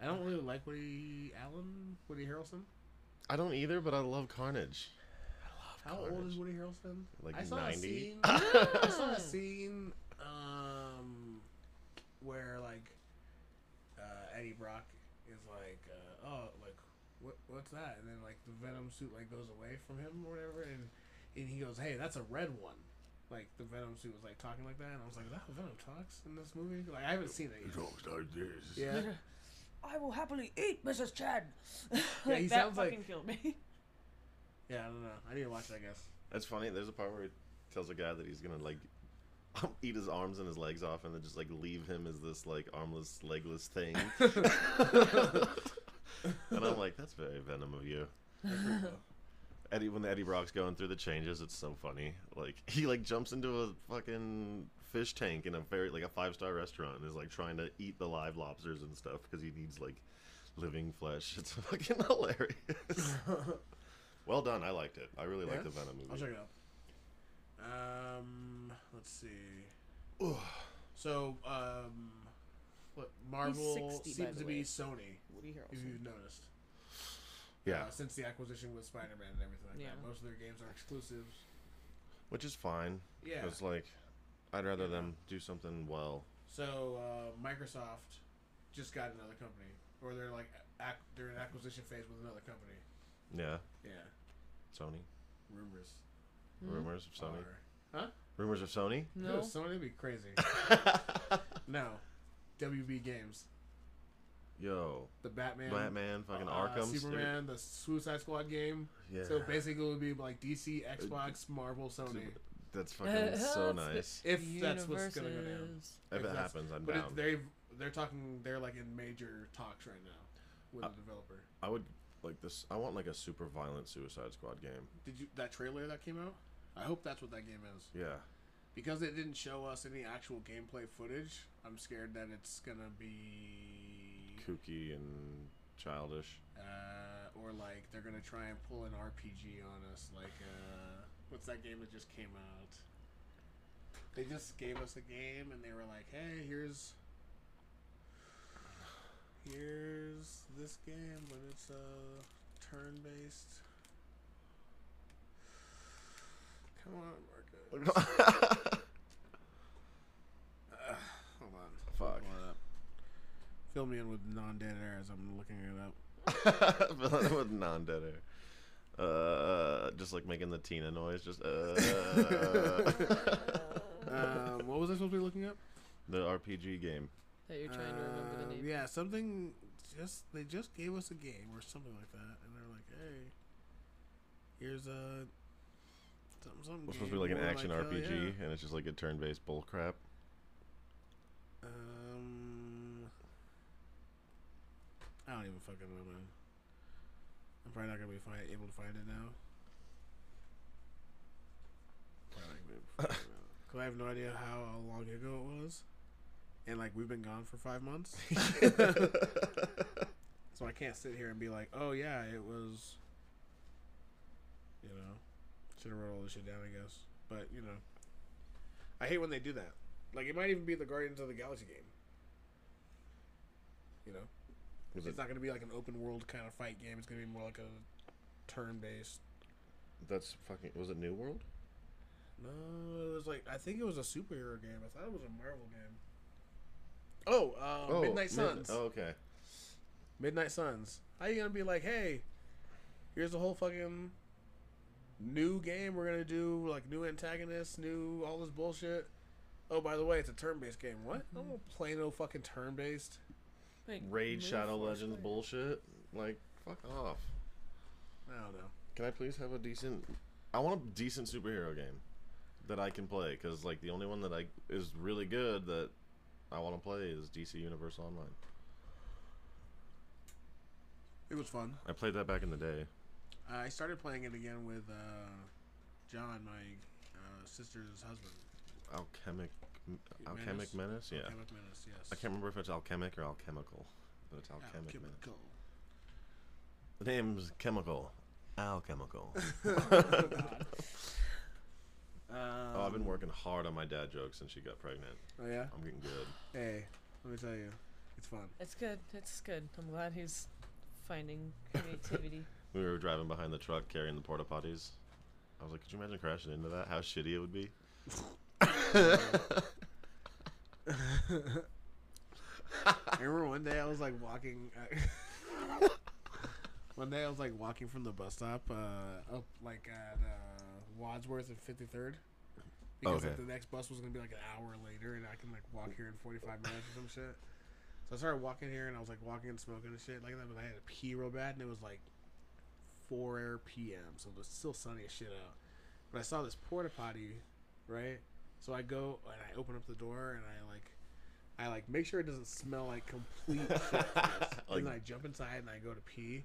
Speaker 1: I don't really like Woody Allen, Woody Harrelson.
Speaker 2: I don't either, but I love Carnage.
Speaker 1: How old
Speaker 2: Carnage.
Speaker 1: is Woody Harrelson?
Speaker 2: Like
Speaker 1: I saw a
Speaker 2: 90?
Speaker 1: scene. I saw a scene um, where like uh, Eddie Brock is like, uh, oh, like what what's that? And then like the Venom suit like goes away from him or whatever, and and he goes, hey, that's a red one. Like the Venom suit was like talking like that, and I was like, is that how Venom talks in this movie? Like I haven't seen it yet. Yeah,
Speaker 3: I will happily eat Mrs. Chad. like,
Speaker 1: he
Speaker 3: that
Speaker 1: sounds like-
Speaker 3: fucking killed me.
Speaker 1: yeah, I don't know. I need to watch it, I guess.
Speaker 2: That's funny. There's a part where he tells a guy that he's gonna like eat his arms and his legs off, and then just like leave him as this like armless, legless thing. and I'm like, that's very venom of you.
Speaker 1: That's pretty cool.
Speaker 2: Eddie, when Eddie Brock's going through the changes, it's so funny. Like he like jumps into a fucking fish tank in a very like a five star restaurant and is like trying to eat the live lobsters and stuff because he needs like living flesh. It's fucking hilarious. well done. I liked it. I really liked the
Speaker 1: Yeah?
Speaker 2: Venom
Speaker 1: I'll
Speaker 2: movie.
Speaker 1: check it out. Um, let's see. So, um, what Marvel
Speaker 3: 60, by
Speaker 1: seems
Speaker 3: the
Speaker 1: to be
Speaker 3: way.
Speaker 1: Sony,
Speaker 3: Woody
Speaker 1: if
Speaker 3: Harrelson.
Speaker 1: you've noticed.
Speaker 2: Yeah,
Speaker 1: Uh, since the acquisition with Spider-Man and everything like
Speaker 3: Yeah.
Speaker 1: that, most of their games are exclusives.
Speaker 2: which is fine.
Speaker 1: Yeah.
Speaker 2: Because like, I'd rather
Speaker 1: Yeah.
Speaker 2: them do something well.
Speaker 1: So uh, Microsoft just got another company, or they're like ac- they're in acquisition phase with another company.
Speaker 2: Yeah,
Speaker 1: Yeah.
Speaker 2: Sony.
Speaker 1: Rumors. Hmm?
Speaker 2: Rumors of Sony.
Speaker 1: are-
Speaker 2: Rumors of Sony.
Speaker 1: No.
Speaker 3: No.
Speaker 1: Sony would be crazy. no. WB Games,
Speaker 2: Yo,
Speaker 1: the Batman,
Speaker 2: Batman, fucking
Speaker 1: uh,
Speaker 2: Arkham,
Speaker 1: Superman, the Suicide Squad game.
Speaker 2: Yeah. Uh,
Speaker 1: So basically, it would be like DC, Xbox, Marvel, Sony.
Speaker 2: That's fucking so
Speaker 3: That's the-
Speaker 2: nice.
Speaker 1: If that's what's gonna go down.
Speaker 3: Universes.
Speaker 2: If it
Speaker 1: Like, that's-
Speaker 2: happens, I'm
Speaker 1: But
Speaker 2: down.
Speaker 1: it, they they're talking. They're like in major talks right now with
Speaker 2: Uh,
Speaker 1: the developer.
Speaker 2: I would like this. I want like a super violent Suicide Squad game.
Speaker 1: Did you that trailer that came out? I hope that's what that game is
Speaker 2: Yeah,
Speaker 1: because it didn't show us any actual gameplay footage. I'm scared that it's gonna be
Speaker 2: kooky and childish.
Speaker 1: uh, or like they're gonna try and pull an RPG on us. Like uh, what's that game that just came out? They just gave us a game and they were like, "Hey, here's here's this game, but it's uh, turn based." Come on,
Speaker 2: Oh,
Speaker 1: Marcus. Uh, hold on.
Speaker 2: Fuck.
Speaker 1: Pull it up. Fill me in with non-dead air as I'm looking it up.
Speaker 2: Villain with non-dead air. Uh, just like making the Tina noise. Just uh.
Speaker 1: um, what was I supposed to be looking up?
Speaker 2: the RPG game.
Speaker 3: That you're trying to remember the
Speaker 1: Um,
Speaker 3: name.
Speaker 1: Yeah, something. Just they just gave us a game or something like that, and they're like, "Hey, here's a something something."
Speaker 2: It's
Speaker 1: game."
Speaker 2: supposed to be like an
Speaker 1: And we're
Speaker 2: action
Speaker 1: "Hell
Speaker 2: RPG,
Speaker 1: yeah."
Speaker 2: and it's just like a turn-based bullcrap.
Speaker 1: Um, I don't even fucking know, man. I'm probably not gonna be fi- able to find it now. Probably not gonna be able to find it now. Cause I have no idea how long ago it was, and like we've been gone for five months, so I can't sit here and be like, "Oh yeah, it was." You know, should have wrote all this shit down, I guess. But you know, I hate when they do that. Like it might even be the Guardians of the Galaxy game. You know,
Speaker 2: Is
Speaker 1: it's
Speaker 2: it-
Speaker 1: not going to be like an open world kind of fight game. It's going to be more like a turn based.
Speaker 2: that's fucking. Was it New World?
Speaker 1: No, it was like I think it was a superhero game. I thought it was a Marvel game. Oh, uh, Midnight
Speaker 2: Mid-
Speaker 1: Suns.
Speaker 2: oh, okay.
Speaker 1: Midnight Suns. How you gonna be like, hey, here's a whole fucking new game we're gonna do, like new antagonists, new all this bullshit. Oh, by the way, it's a turn-based game. What? I don't wanna play no fucking turn-based.
Speaker 3: Wait,
Speaker 2: Raid
Speaker 3: Moon
Speaker 2: Shadow
Speaker 3: Force
Speaker 2: Legends
Speaker 3: Blade.
Speaker 2: bullshit. Like, fuck off.
Speaker 1: I don't know.
Speaker 2: Can I please have a decent? I want a decent superhero game that I can play because like the only one that I is really good that I want to play is DC Universe Online.
Speaker 1: It was fun.
Speaker 2: I played that back in the day.
Speaker 1: I started playing it again with uh, John, my uh, sister's husband.
Speaker 2: Alchemic, M-
Speaker 1: Menace?
Speaker 2: alchemic menace. Yeah,
Speaker 1: Alchemic Menace, yes.
Speaker 2: I can't remember if it's alchemic or alchemical, but it's alchemic. menace.
Speaker 1: Alchemical.
Speaker 2: The name's chemical. Alchemical.
Speaker 3: God.
Speaker 2: oh, I've been working hard on my dad jokes since she got pregnant.
Speaker 1: Um, Oh yeah.
Speaker 2: I'm getting good.
Speaker 1: Hey, let me tell you, it's fun.
Speaker 3: It's good. It's good. I'm glad he's finding creativity.
Speaker 2: We were driving behind the truck carrying the porta potties. I was like, could you imagine crashing into that? How shitty it would be.
Speaker 1: I remember one day I was like walking. uh, one day I was like walking from the bus stop uh, up like at uh, Wadsworth and 53rd. Because like,
Speaker 2: Okay.
Speaker 1: the next bus was gonna be like an hour later, and I can like walk here in 45 minutes or some shit. So I started walking here, and I was like walking and smoking and shit like that. But I had to pee real bad, and it was like 4 p.m. So it was still sunny as shit out. But I saw this porta potty, right? So I go and I open up the door and I like, I like make sure it doesn't smell like complete shit. first.
Speaker 2: Like-
Speaker 1: and then I jump inside and I go to pee,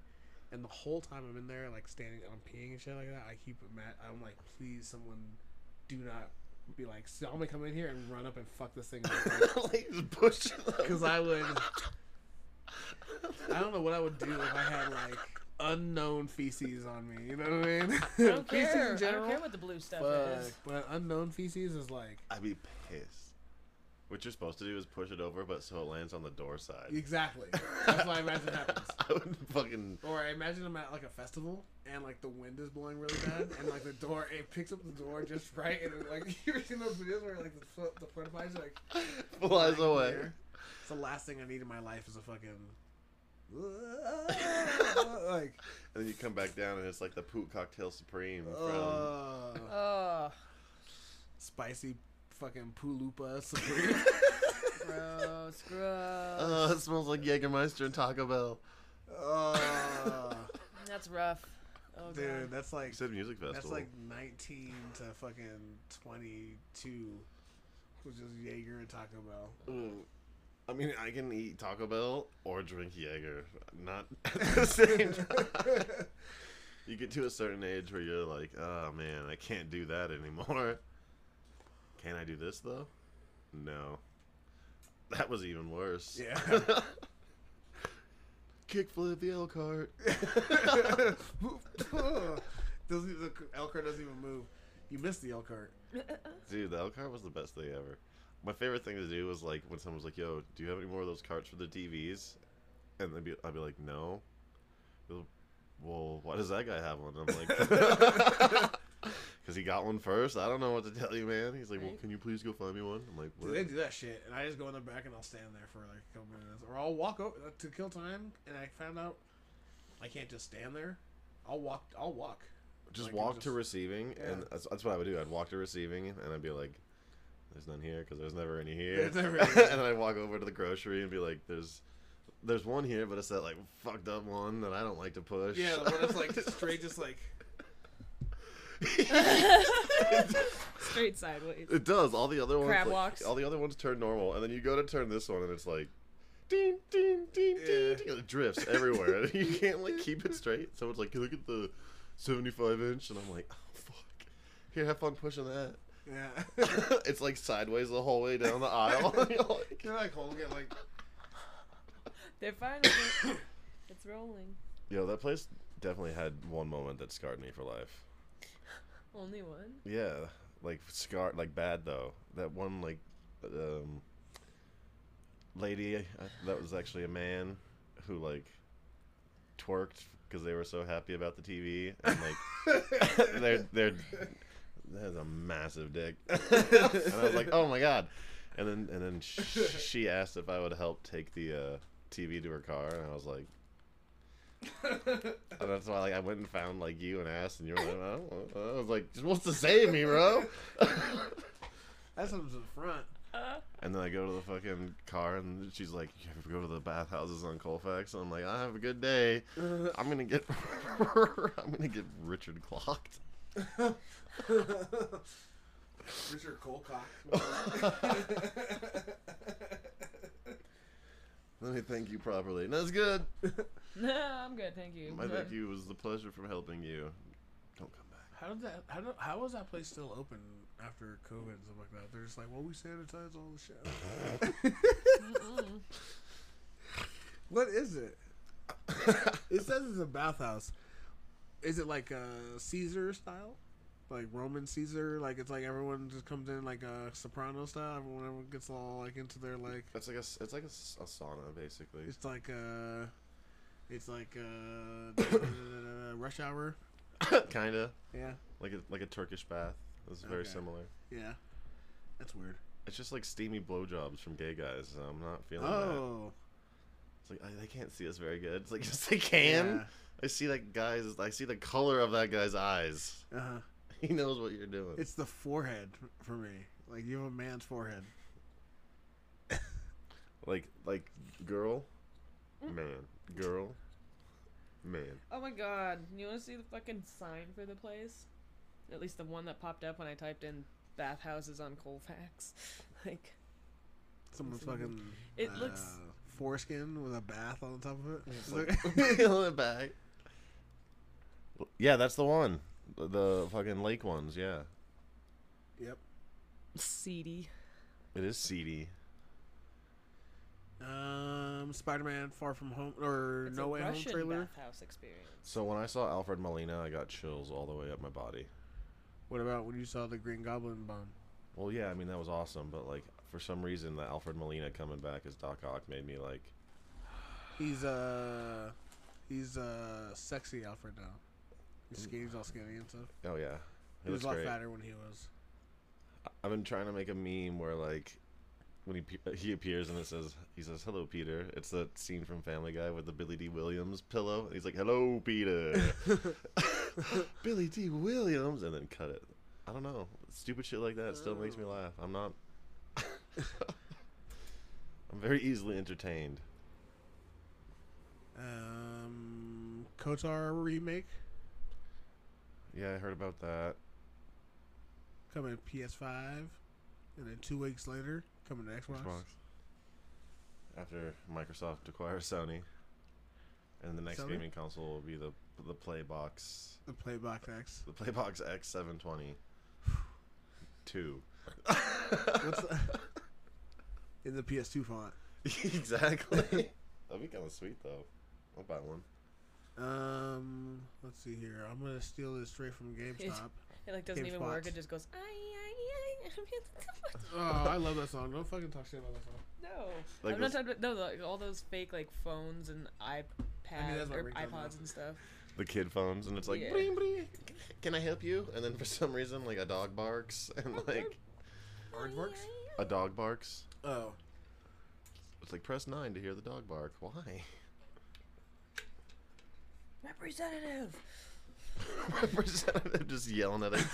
Speaker 1: and the whole time I'm in there like standing, I'm peeing and shit like that. I keep ima- I'm like, please, someone, do not be like, Salma, come in here and run up and fuck this thing up.
Speaker 2: like just pushing
Speaker 1: Because I would. I don't know what I would do if I had like unknown feces on me. You know what I mean?
Speaker 3: I don't
Speaker 1: feces
Speaker 3: care.
Speaker 1: in
Speaker 3: I don't
Speaker 1: general.
Speaker 3: care what the blue stuff
Speaker 1: Fuck.
Speaker 3: is.
Speaker 1: But unknown feces is like
Speaker 2: I'd be pissed. What you're supposed to do is push it over, but so it lands on the door side.
Speaker 1: exactly. That's what I imagine happens.
Speaker 2: I would fucking.
Speaker 1: Or I imagine I'm at like a festival and like the wind is blowing really bad and like the door it picks up the door just right and it, like you ever seen those videos where like the fo- the porta potties are, like
Speaker 2: flies
Speaker 1: flying
Speaker 2: away.
Speaker 1: in the air? It's the last thing I need in my life is a fucking like
Speaker 2: And then you come back down and it's like the poot cocktail supreme from
Speaker 1: uh,
Speaker 3: Oh,
Speaker 1: spicy fucking pulupa supreme.
Speaker 3: gross, gross.
Speaker 2: Oh, it smells like Jägermeister and Taco Bell.
Speaker 1: oh,
Speaker 3: That's rough. Oh,
Speaker 1: dude,
Speaker 3: God.
Speaker 1: that's like
Speaker 2: You said music festival.
Speaker 1: that's like 19 to fucking 22, which is Jaeger and Taco Bell.
Speaker 2: Mm. I mean, I can eat Taco Bell or drink Jaeger. Not at the same time. You get to a certain age where you're like, oh man, I can't do that anymore. Can I do this though? No. That was even worse.
Speaker 1: Yeah.
Speaker 2: Kickflip the L cart.
Speaker 1: doesn't even, the L cart doesn't even move. You missed the L cart.
Speaker 2: Dude, the L cart was the best thing ever. My favorite thing to do was like when someone was like, "Yo, do you have any more of those carts for the TVs?" And they'd be, I'd be like, "No." They're like, Well, why does that guy have one? I'm like, because he got one first. I don't know what to tell you, man. He's like, "Well,
Speaker 3: Right.
Speaker 2: can you please go find me one?" I'm like,
Speaker 1: Dude, they
Speaker 2: "What?"
Speaker 1: do that shit, and I just go in the back and I'll stand there for like a couple minutes, or I'll walk over to kill time. And I found out I can't just stand there. I'll walk. I'll walk.
Speaker 2: Just
Speaker 1: like,
Speaker 2: walk
Speaker 1: just-
Speaker 2: to receiving,
Speaker 1: Yeah.
Speaker 2: and that's, that's what I would do. I'd walk to receiving, and I'd be like, "There's none here," because there's never any here.
Speaker 1: There's never any.
Speaker 2: and then I'd walk over to the grocery and be like, "There's." There's one here, but it's that like fucked up one that I don't like to push.
Speaker 1: Yeah, the one that's like straight, just like
Speaker 3: Straight sideways.
Speaker 2: It does. All the other ones,
Speaker 3: Crab
Speaker 2: like-
Speaker 3: walks.
Speaker 2: all the other ones turn normal, and then you go to turn this one, and it's like, ding, ding, ding,
Speaker 1: Yeah.
Speaker 2: ding, ding. It drifts everywhere. you can't like keep it straight. Someone's like, look at the seventy-five inch, and I'm like, oh fuck. Here, have fun pushing that.
Speaker 1: yeah.
Speaker 2: it's like sideways the whole way down the aisle. and you're like,
Speaker 1: They're like holding it like
Speaker 3: They're finally. it's rolling.
Speaker 2: Yo, that place definitely had one moment that scarred me for life.
Speaker 3: Only one.
Speaker 2: Yeah, like scar, like bad though. That one like um, lady uh, that was actually a man who like twerked because they were so happy about the TV and like they're they're that's a massive dick. and I was like, oh my god. And then and then sh- she asked if I would help take the uh, TV to her car, and I was like. And that's why, like, I went and found like you and asked, and you were like, I, don't want- I was like, just wants to save me, bro.
Speaker 1: that's what's in front.
Speaker 2: and then I go to the fucking car, and she's like, you ever go to the bathhouses on Colfax? And I'm like, I have a good day. I'm gonna get, I'm gonna get Richard clocked.
Speaker 1: Richard Colcock.
Speaker 2: Let me thank you properly. And that's good.
Speaker 3: No, I'm good, thank you.
Speaker 2: My thank you was the pleasure from helping you. Don't come back.
Speaker 1: How did that? How did, How was that place still open after COVID and stuff like that? They're just like, well, we sanitize all the shit.
Speaker 3: Mm-mm.
Speaker 1: what is it? It says it's a bathhouse. Is it like a Caesar style, like Roman Caesar? Like it's like everyone just comes in like a soprano style. Everyone, everyone gets all like into their like.
Speaker 2: That's like a s- it's like a, s- a sauna basically.
Speaker 1: It's like uh It's like uh rush hour.
Speaker 2: kinda
Speaker 1: Yeah,
Speaker 2: like a like a Turkish bath. It's very
Speaker 1: Okay.
Speaker 2: similar.
Speaker 1: yeah. That's weird.
Speaker 2: It's just like steamy blowjobs from gay guys. So I'm not feeling that.
Speaker 1: Oh,
Speaker 2: It's like I, they can't see us very good. It's like yes they can. I see that guy's. I see the color of that guy's eyes.
Speaker 1: Yeah. Uh-huh.
Speaker 2: He knows what you're doing.
Speaker 1: It's the forehead for me. Like you have a man's forehead.
Speaker 2: like like girl, man, girl, man.
Speaker 3: Oh my god, you want to see the fucking sign for the place? At least the one that popped up when I typed in bathhouses on Colfax. like,
Speaker 1: Someone's
Speaker 3: Listen.
Speaker 1: fucking. uh,
Speaker 3: It looks-
Speaker 1: foreskin with a bath on top of it.
Speaker 2: It's like- Peel it back. Yeah, that's the one. The- The fucking lake ones. Yeah,
Speaker 1: yep.
Speaker 3: seedy.
Speaker 2: it is seedy.
Speaker 1: Um, Spider-Man: Far From Home or
Speaker 3: It's
Speaker 1: No
Speaker 3: a
Speaker 1: Way
Speaker 3: Russian
Speaker 1: Home trailer.
Speaker 3: bathhouse experience.
Speaker 2: So when I saw Alfred Molina, I got chills all the way up my body.
Speaker 1: What about when you saw the Green Goblin bomb?
Speaker 2: Well, yeah, I mean that was awesome, but like for some reason, the Alfred Molina coming back as Doc Ock made me like,
Speaker 1: He's uh, he's uh, sexy Alfred now. He's skinny. He's all skinny and stuff.
Speaker 2: oh yeah,
Speaker 1: He was a lot fatter when he was.
Speaker 2: I've been trying to make a meme where like when he pe- he appears and it says he says hello Peter. It's that scene from Family Guy with the Billy D Williams pillow. And he's like hello Peter, Billy D Williams, and then cut it. I don't know. Stupid shit like that still makes me laugh. I'm not. I'm very easily entertained.
Speaker 1: Um, Kotar remake
Speaker 2: Yeah, I heard about that.
Speaker 1: coming to PS5, and then two weeks later coming to Xbox.
Speaker 2: Xbox. After Microsoft acquires Sony, and the next
Speaker 1: Sony?
Speaker 2: gaming console will be the the Playbox
Speaker 1: The Playbox X.
Speaker 2: The Playbox X720. Two.
Speaker 1: What's the, in the PS2 font?
Speaker 2: exactly. That'd be kind of sweet, though. I'll buy one.
Speaker 1: Um, let's see here. I'm gonna steal this straight from GameStop.
Speaker 3: It like doesn't even
Speaker 1: GameSpot.
Speaker 3: work. It just goes. Ay, ay, ay. I'm like,
Speaker 1: oh, I love that song. Don't fucking talk shit about that song.
Speaker 3: no,
Speaker 2: Like
Speaker 3: I'm
Speaker 2: this-
Speaker 3: not talking about no like, all those fake like phones and iPads
Speaker 1: that's what
Speaker 3: or
Speaker 1: ringtones are.
Speaker 3: iPods and stuff.
Speaker 2: The kid phones, and it's like,
Speaker 3: Yeah.
Speaker 2: "Bring, bring. can I help you? And then for some reason, like a dog barks, and like
Speaker 1: Aardvarks?
Speaker 2: a dog barks.
Speaker 1: Oh,
Speaker 2: It's like press nine to hear the dog bark. Why?
Speaker 3: Representative.
Speaker 2: Representative just yelling at it.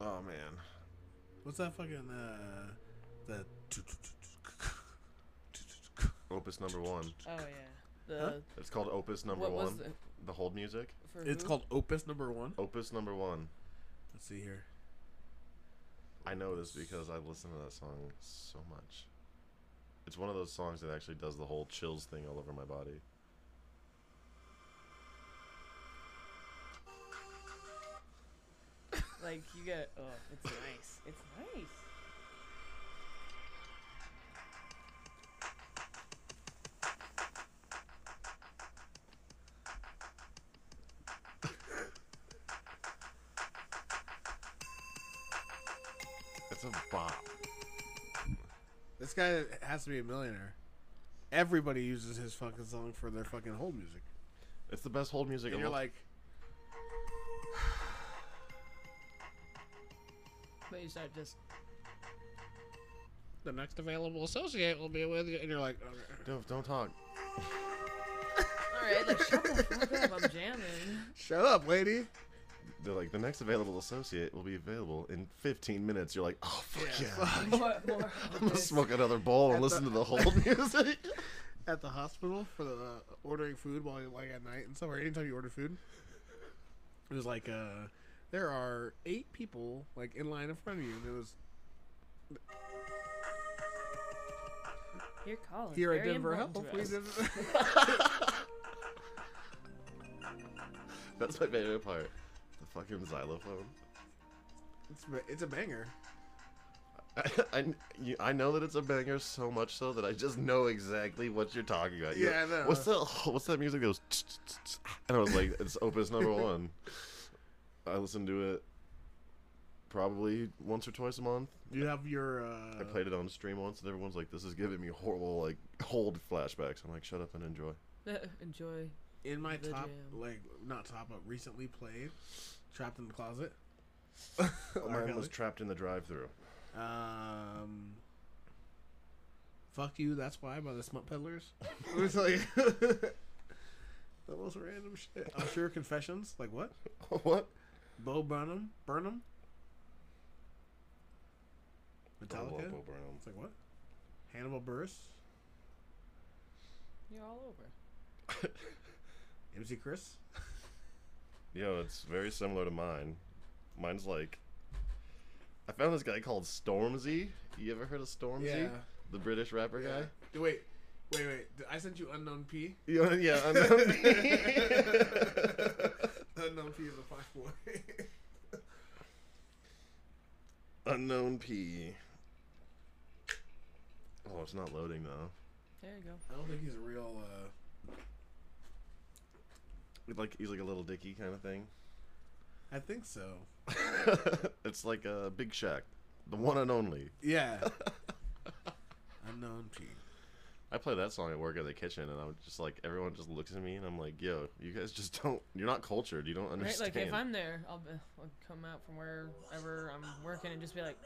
Speaker 2: oh man,
Speaker 1: what's that fucking uh, the
Speaker 2: Opus number one.
Speaker 3: Oh yeah. The
Speaker 1: Huh?
Speaker 2: It's called Opus number
Speaker 3: what
Speaker 2: one.
Speaker 3: was the,
Speaker 2: the hold music.
Speaker 3: for
Speaker 1: it's
Speaker 3: who?
Speaker 1: called Opus Number One.
Speaker 2: Opus number one.
Speaker 1: Let's see here.
Speaker 2: I know this because I listen to that song so much. It's one of those songs that actually does the whole chills thing all over my body.
Speaker 3: like you get. Oh, it's nice. It's nice.
Speaker 2: It's a bop.
Speaker 1: This guy has to be a millionaire. Everybody uses his fucking song for their fucking whole music.
Speaker 2: It's the best hold music.
Speaker 1: And
Speaker 2: of
Speaker 1: you're
Speaker 2: all-
Speaker 1: like,
Speaker 3: But you start just.
Speaker 1: the next available associate will be with you, and you're like, okay.
Speaker 2: don't don't talk.
Speaker 3: All right, like shut the fuck up. I'm jamming.
Speaker 1: shut up, lady.
Speaker 2: They're like the next available associate will be available in 15 minutes. You're like, oh fuck yeah.
Speaker 3: More, more.
Speaker 2: I'm gonna smoke another bowl and
Speaker 1: At
Speaker 2: listen
Speaker 1: the-
Speaker 2: to the hold music.
Speaker 1: At the hospital for the uh, ordering food while you like at night and stuff, or anytime you order food, it was like, uh, there are eight people like in line in front of you, and it was.
Speaker 3: Here, Colin.
Speaker 1: Here at
Speaker 3: very
Speaker 1: Denver Health,
Speaker 3: important to
Speaker 1: we
Speaker 3: us.
Speaker 1: did.
Speaker 2: That's my favorite part. The fucking xylophone.
Speaker 1: It's, ba- it's a banger.
Speaker 2: I, I, you- I know that it's a banger so much so that I just know exactly what you're talking about. You
Speaker 1: Yeah, I know.
Speaker 2: What's that? What's that music that goes? tsk, tsk, tsk, And I was like, it's Opus number one. I listen to it probably once or twice a month.
Speaker 1: You have your. Uh,
Speaker 2: I played it on stream once, and everyone's like, "This is giving me horrible like old flashbacks." I'm like, "Shut up and enjoy."
Speaker 3: Uh, Enjoy.
Speaker 1: in my
Speaker 3: The
Speaker 1: top,
Speaker 3: jam.
Speaker 1: like not top, but recently played, trapped in the closet. R.
Speaker 2: Mine was
Speaker 1: Kelly.
Speaker 2: trapped in the drive-through.
Speaker 1: Um, fuck you. That's why by the Smut Peddlers. It was like the most random shit. Usher confessions. Like what?
Speaker 2: what?
Speaker 1: Bo Burnham. Burnham. Oh, Metallica.
Speaker 2: Bo Burnham.
Speaker 1: It's like what? Hannibal Burris.
Speaker 3: You're all over.
Speaker 1: MC Chris.
Speaker 2: Yo, it's very similar to mine. Mine's like I found this guy called Stormzy. You ever heard of Stormzy? The British rapper
Speaker 1: Yeah. D- Wait, wait, wait. Did I sent you unknown P.
Speaker 2: guy? Yeah, yeah. I know.
Speaker 1: unknown P is a fuck boy.
Speaker 2: Unknown P. Oh, it's not loading though.
Speaker 3: There you go.
Speaker 1: I don't think he's a real. uh
Speaker 2: He's Like he's like a little dicky kind of thing.
Speaker 1: I think so.
Speaker 2: it's like a Big Shack, the one and only.
Speaker 1: Yeah. unknown P.
Speaker 2: I play that song at work in the kitchen, and I'm just like, everyone just looks at me, and I'm like, yo, you guys just don't, you're not cultured, you don't
Speaker 3: Right?
Speaker 2: understand.
Speaker 3: Like if I'm there, I'll, be, I'll come out from wherever I'm working and just be like,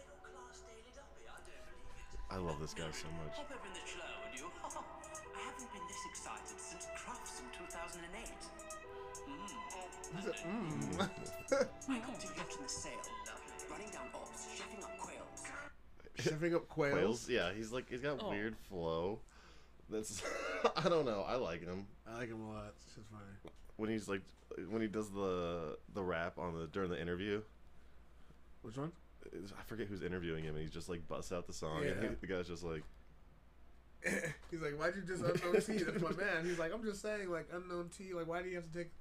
Speaker 2: I love this guy so much.
Speaker 5: Hop over in the slow, and you. I haven't been this excited since Crufts in 2008. Hmm. I got to get in the sale, running down ops, shoving up quails.
Speaker 1: Shoving up quails.
Speaker 2: Wales, yeah, he's like, he's got
Speaker 3: Oh.
Speaker 2: weird flow. That's, I don't know, I like him
Speaker 1: I like him a lot. It's just funny.
Speaker 2: when he's like, when he does the the rap on the during the interview.
Speaker 1: Which one?
Speaker 2: it's- I forget who's interviewing him, and he's just like busts out the song, and he,
Speaker 1: Yeah.
Speaker 2: the guy's just like,
Speaker 1: He's like, why'd you just unknown T? That's my man. He's like, I'm just saying, like unknown T. Like, why do you have to take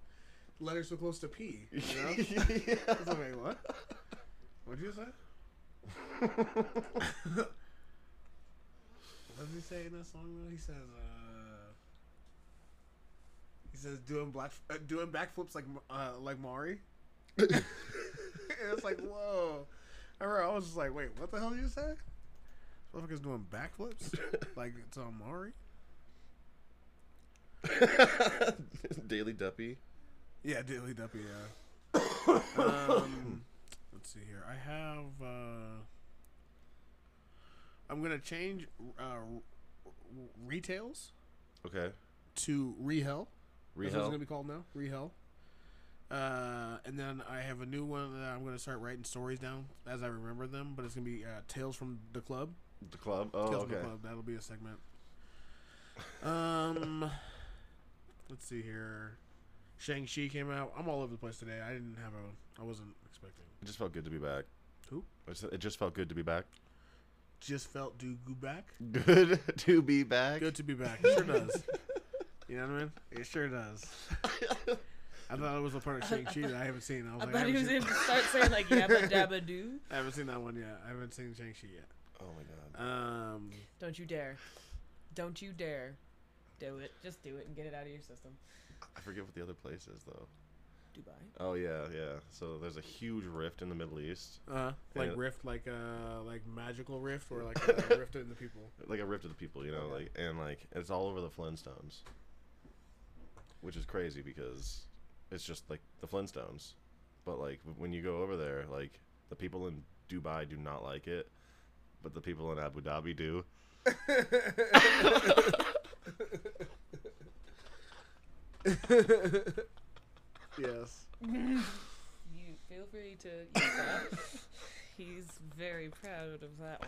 Speaker 1: letters so close to P? You know? I was like, wait, what? What'd you say? what does he say in that song? Though? He says, uh, he says doing black uh, doing backflips like Ma- uh, like Mari. and it's like, whoa! I remember I was just like, wait, what the hell did you say? This motherfucker's doing backflips like it's on Mari.
Speaker 2: Daily Duppy.
Speaker 1: Yeah, Daily Duppy. Yeah. um, let's see here. I have. Uh, I'm gonna change uh, r- r- retails
Speaker 2: Okay.
Speaker 1: to rehell. That's what it's
Speaker 2: Rehell.
Speaker 1: gonna be called now. Rehell. Uh, and then I have a new one that I'm gonna start writing stories down as I remember them, but it's gonna be uh, tales from the club.
Speaker 2: the club. Oh,
Speaker 1: Tales
Speaker 2: okay.
Speaker 1: from the club. That'll be a segment. Um, let's see here. Shang Chi came out. I'm all over the place today. I didn't have a. I wasn't expecting.
Speaker 2: It just felt good to be back.
Speaker 1: Who?
Speaker 2: I just- It just felt good to be back.
Speaker 1: Just felt do go back.
Speaker 2: Good to be back.
Speaker 1: Good to be back. It sure does. You know what I mean? It sure does. I thought it was a part of Shang Chi that I haven't seen. I was
Speaker 3: I
Speaker 1: like,
Speaker 3: thought
Speaker 1: I, haven't
Speaker 3: he was
Speaker 1: seen,
Speaker 3: going to start saying like yabba dabba doo.
Speaker 1: I haven't seen that one yet. I haven't seen Shang Chi yet.
Speaker 2: Oh my god.
Speaker 1: Um,
Speaker 3: Don't you dare. Don't you dare. Do it. Just do it and get it out of your system.
Speaker 2: I forget what the other place is though.
Speaker 3: Dubai.
Speaker 2: Oh yeah, yeah. So there's a huge rift in the Middle East,
Speaker 1: uh, like
Speaker 2: Yeah.
Speaker 1: rift, like uh, like magical rift, or like uh, rift in the people.
Speaker 2: like a rift of the people, you know,
Speaker 1: Okay.
Speaker 2: like and like it's all over the Flintstones, which is crazy because it's just like the Flintstones, but like w- when you go over there, like the people in Dubai do not like it, but the people in Abu Dhabi do.
Speaker 1: Yes.
Speaker 3: You feel free to use that. He's very proud of that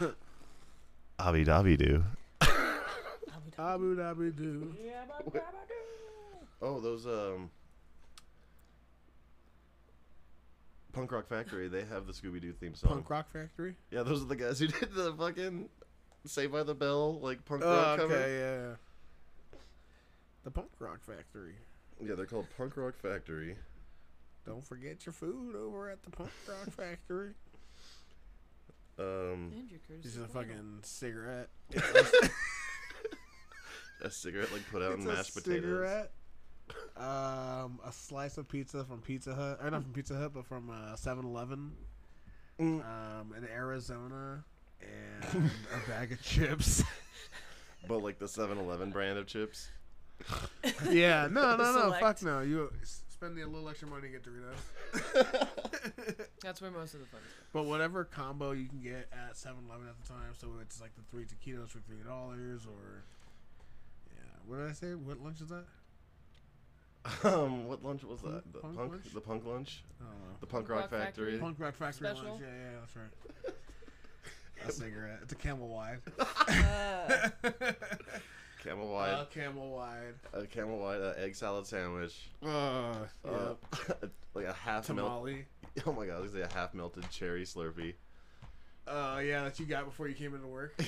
Speaker 3: one.
Speaker 2: Abu Dhabi do.
Speaker 3: Abu Dhabi.
Speaker 1: Abu Dhabi do.
Speaker 3: Yabba dabba doo.
Speaker 2: Oh, those um. Punk Rock Factory, they have the Scooby Doo theme song.
Speaker 1: Punk Rock Factory.
Speaker 2: Yeah, those are the guys who did the fucking Saved by the Bell, like punk
Speaker 1: Oh,
Speaker 2: rock cover.
Speaker 1: okay, yeah, yeah. The Punk Rock Factory.
Speaker 2: Yeah, they're called Punk Rock Factory.
Speaker 1: Don't forget your food over at the Punk Rock Factory.
Speaker 2: Um,
Speaker 3: Andrew Curtis.
Speaker 1: This
Speaker 3: is
Speaker 1: is a
Speaker 3: vinyl.
Speaker 1: fucking cigarette.
Speaker 2: a cigarette like put out
Speaker 1: It's
Speaker 2: in
Speaker 1: a
Speaker 2: mashed potatoes.
Speaker 1: cigarette. Um, a slice of pizza from Pizza Hut, or not from Pizza Hut, but from uh, 7-Eleven.
Speaker 2: Mm.
Speaker 1: Um, in Arizona, and a bag of chips.
Speaker 2: But like the 7-Eleven brand of chips.
Speaker 1: yeah, no, no, no,
Speaker 3: Select.
Speaker 1: fuck no. You s- spend the little extra money to get Doritos.
Speaker 3: That's where most of the fun is.
Speaker 1: But whatever combo you can get at 7-Eleven at the time, so it's like the three taquitos for three dollars, or yeah, what did I say? What lunch is that?
Speaker 2: Um, what lunch was
Speaker 1: Punk-
Speaker 2: that? The
Speaker 1: punk
Speaker 2: punk,
Speaker 1: lunch?
Speaker 2: the punk lunch,
Speaker 1: I don't know.
Speaker 2: the punk,
Speaker 3: Punk
Speaker 2: rock,
Speaker 3: Rock
Speaker 2: factory.
Speaker 3: Factory.
Speaker 1: Punk Rock Factory
Speaker 3: Special?
Speaker 1: lunch. Yeah, yeah, that's right. A cigarette. It's a Camel Wide.
Speaker 3: Uh,
Speaker 2: Camel
Speaker 1: a
Speaker 2: wide,
Speaker 1: Camel Wide.
Speaker 2: a Camel wide uh, egg salad sandwich.
Speaker 1: Uh,
Speaker 2: Uh, like a half melt.
Speaker 1: Tamale.
Speaker 2: Oh my god, I was gonna say a half melted cherry Slurpee.
Speaker 1: Uh, yeah, that you got before you came into work.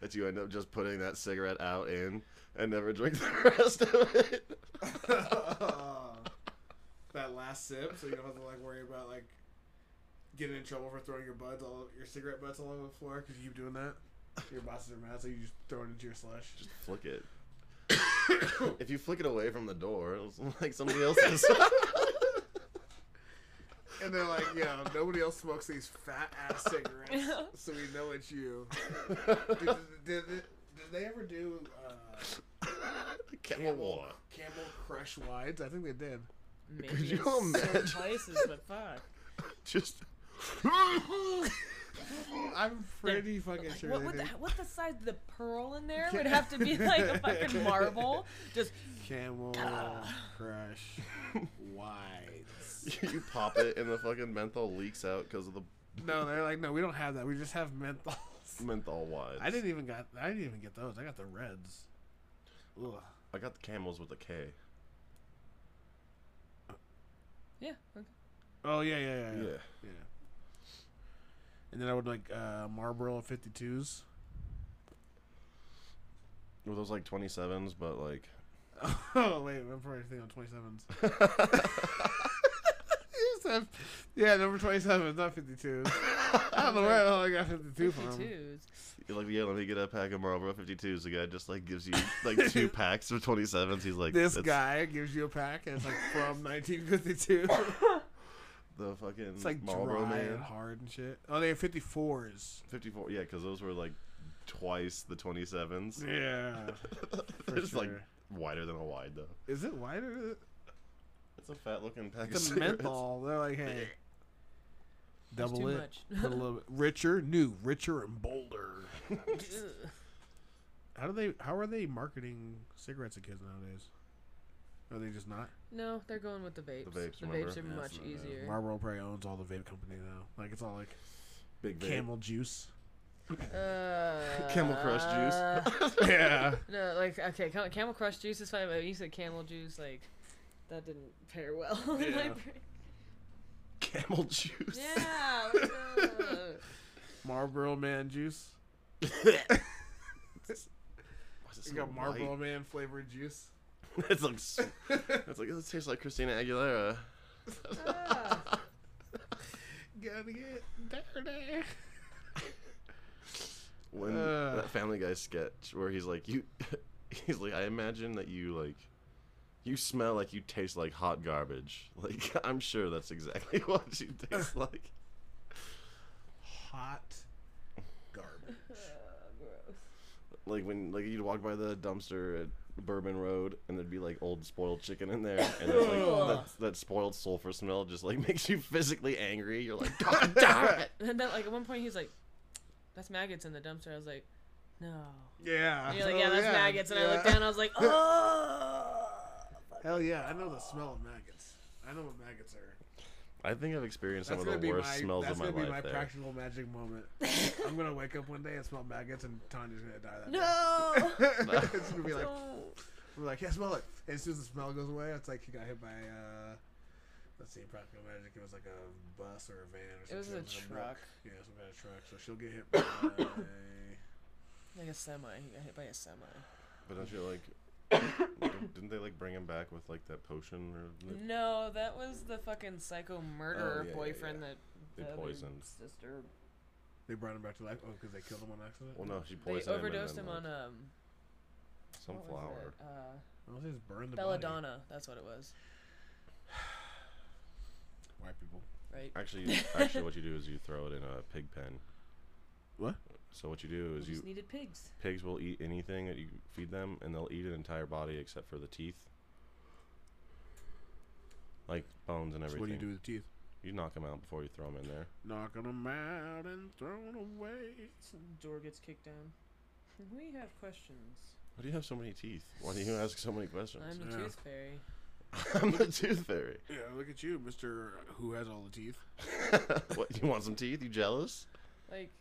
Speaker 2: that you end up just putting that cigarette out in and never drink the rest of it.
Speaker 1: Uh, that last sip, so you don't have to like worry about like getting in trouble for throwing your buds all your cigarette butts all over the floor because you keep doing that. Your bosses are mad, so you just throw it into your slush.
Speaker 2: Just flick it. if you flick it away from the door, it's like somebody else's.
Speaker 1: And they're like, "Yo, nobody else smokes these fat ass cigarettes, so we know it's you." Did, did, did, did they ever do uh,
Speaker 2: Camel wide.
Speaker 1: Camel Crush wides? I think they did.
Speaker 3: maybe
Speaker 2: Could you
Speaker 3: in certain
Speaker 2: imagine?
Speaker 3: places, but fuck.
Speaker 2: Just.
Speaker 1: I'm pretty fucking
Speaker 3: Like,
Speaker 1: sure.
Speaker 3: what,
Speaker 1: they
Speaker 3: what, the,
Speaker 1: did.
Speaker 3: what the size of the pearl in there would have to be like a fucking marble? Just
Speaker 1: Camel Crush wides.
Speaker 2: you pop it and the fucking menthol leaks out because of the
Speaker 1: No, they're like, no, we don't have that. We just have menthols.
Speaker 2: menthol wides.
Speaker 1: I didn't even got. I didn't even get those. I got the reds. Ugh.
Speaker 2: I got the camels with a K.
Speaker 3: yeah. okay.
Speaker 1: Oh yeah, yeah, yeah, yeah. yeah. And then I would like uh, Marlboro fifty twos.
Speaker 2: Were those like 27s, but like.
Speaker 1: Oh wait, I'm probably thinking of twenty sevens. yeah, number twenty seven, not fifty two. I don't know where the hell I got fifty two from.
Speaker 3: 52s.
Speaker 2: You're like, yeah, let me get a pack of Marlboro 52s. The guy just like gives you like two packs of 27s. He's like,
Speaker 1: This
Speaker 2: that's
Speaker 1: guy gives you a pack and it's like from nineteen fifty two.
Speaker 2: The fucking
Speaker 1: It's like
Speaker 2: Marlboro
Speaker 1: dry
Speaker 2: man.
Speaker 1: and hard and shit. Oh, they have fifty fours.
Speaker 2: 54. Yeah, because those were like twice the 27s.
Speaker 1: Yeah. for
Speaker 2: it's like
Speaker 1: sure.
Speaker 2: wider than a wide, though.
Speaker 1: Is it wider?
Speaker 2: It's a fat looking pack
Speaker 1: It's
Speaker 2: of
Speaker 1: a
Speaker 2: cigarettes.
Speaker 1: menthol. They're like, hey,
Speaker 3: It's
Speaker 1: double
Speaker 3: too
Speaker 1: it.
Speaker 3: much.
Speaker 1: Put a little bit. Richer, new, richer and bolder.
Speaker 3: Ugh.
Speaker 1: How do they? How are they marketing cigarettes to kids nowadays? Are they just not?
Speaker 3: no, they're going with the vapes. The
Speaker 2: vapes,
Speaker 3: vapes,
Speaker 2: remember?
Speaker 3: are
Speaker 2: Yeah,
Speaker 3: much
Speaker 2: so, yeah.
Speaker 3: easier.
Speaker 1: Marlboro probably owns all the vape company now. Like it's all like
Speaker 2: Big vape.
Speaker 1: Camel juice.
Speaker 3: Uh,
Speaker 2: Camel Crush juice.
Speaker 1: yeah.
Speaker 3: no, like okay, Cam- Camel Crush juice is fine, but when you said Camel juice, like that didn't pair well in my
Speaker 1: Yeah.
Speaker 3: brain.
Speaker 2: Camel juice.
Speaker 3: Yeah. what the-
Speaker 1: Marlboro Man juice.
Speaker 2: Why is it
Speaker 1: You
Speaker 2: so
Speaker 1: got Marlboro
Speaker 2: light?
Speaker 1: Man flavored juice.
Speaker 2: It's like s- it's like this tastes like Christina Aguilera.
Speaker 3: Ah.
Speaker 1: Gotta get dirty.
Speaker 2: When
Speaker 1: Ugh.
Speaker 2: that Family Guy sketch where he's like you, he's like I imagine that you like, you smell like you taste like hot garbage. Like I'm sure that's exactly what you taste like.
Speaker 1: Hot garbage.
Speaker 3: Ah, gross.
Speaker 2: Like when like you'd walk by the dumpster at Bourbon Road and there'd be like old spoiled chicken in there, and it's like that, that spoiled sulfur smell just like makes you physically angry. You're like, God damn it!
Speaker 3: And then, like at one point, he's like, "That's maggots in the dumpster." I was like, "No."
Speaker 1: Yeah.
Speaker 3: And you're like,
Speaker 1: Oh,
Speaker 3: "Yeah, that's maggots." And I looked
Speaker 1: Yeah.
Speaker 3: down. I was like, "Oh."
Speaker 1: Hell yeah, I know the smell of maggots. I know what maggots are.
Speaker 2: I think I've experienced some
Speaker 1: That's
Speaker 2: of
Speaker 1: gonna
Speaker 2: the
Speaker 1: be
Speaker 2: worst
Speaker 1: my
Speaker 2: smells
Speaker 1: that's
Speaker 2: of my
Speaker 1: gonna be
Speaker 2: life
Speaker 1: my
Speaker 2: there.
Speaker 1: practical magic moment. I'm gonna wake up one day and smell maggots, and Tanya's gonna die that day.
Speaker 3: No.
Speaker 1: it's gonna be like
Speaker 3: No.
Speaker 1: we're like, yeah, smell it. And as soon as the smell goes away, it's like he got hit by uh, Let's see, Practical Magic. It was like a bus or a van or
Speaker 3: It
Speaker 1: something.
Speaker 3: was a truck,
Speaker 1: Yeah, some kind of truck. So she'll get hit by.
Speaker 3: like a semi. He got hit by a semi.
Speaker 2: But don't you like? didn't they like bring him back with like that potion or?
Speaker 3: No, that was the fucking psycho murderer
Speaker 2: Oh, yeah, yeah,
Speaker 3: boyfriend
Speaker 2: yeah.
Speaker 3: that
Speaker 2: They
Speaker 3: the other
Speaker 2: poisoned.
Speaker 3: sister.
Speaker 1: they brought him back to life. Oh, because they killed him on accident.
Speaker 2: Well, no, she
Speaker 3: They
Speaker 2: poisoned
Speaker 3: overdosed
Speaker 2: him, and
Speaker 3: him, on
Speaker 2: then, like,
Speaker 3: um
Speaker 2: some
Speaker 3: what was
Speaker 2: flower.
Speaker 3: it? Uh,
Speaker 1: Oh, they just burned the body.
Speaker 3: belladonna. That's what it was,
Speaker 1: White people.
Speaker 3: right?
Speaker 2: Actually, actually, what you do is you throw it in a pig pen.
Speaker 1: What?
Speaker 2: So what you do
Speaker 3: We
Speaker 2: is you
Speaker 3: just needed pigs.
Speaker 2: pigs will eat anything that you feed them, and they'll eat an entire body except for the teeth, like bones and
Speaker 1: So
Speaker 2: everything.
Speaker 1: what do you do with the teeth?
Speaker 2: You knock them out before you throw them in there.
Speaker 1: Knocking them out and throwing away.
Speaker 3: Some door gets kicked down. We have questions.
Speaker 2: Why do you have so many teeth? Why do you ask so many questions?
Speaker 3: I'm the
Speaker 1: Yeah.
Speaker 3: tooth fairy.
Speaker 2: I'm a tooth fairy.
Speaker 1: Yeah, look at you, Mister. Who has all the teeth?
Speaker 2: what? You want some teeth? You jealous?
Speaker 3: Like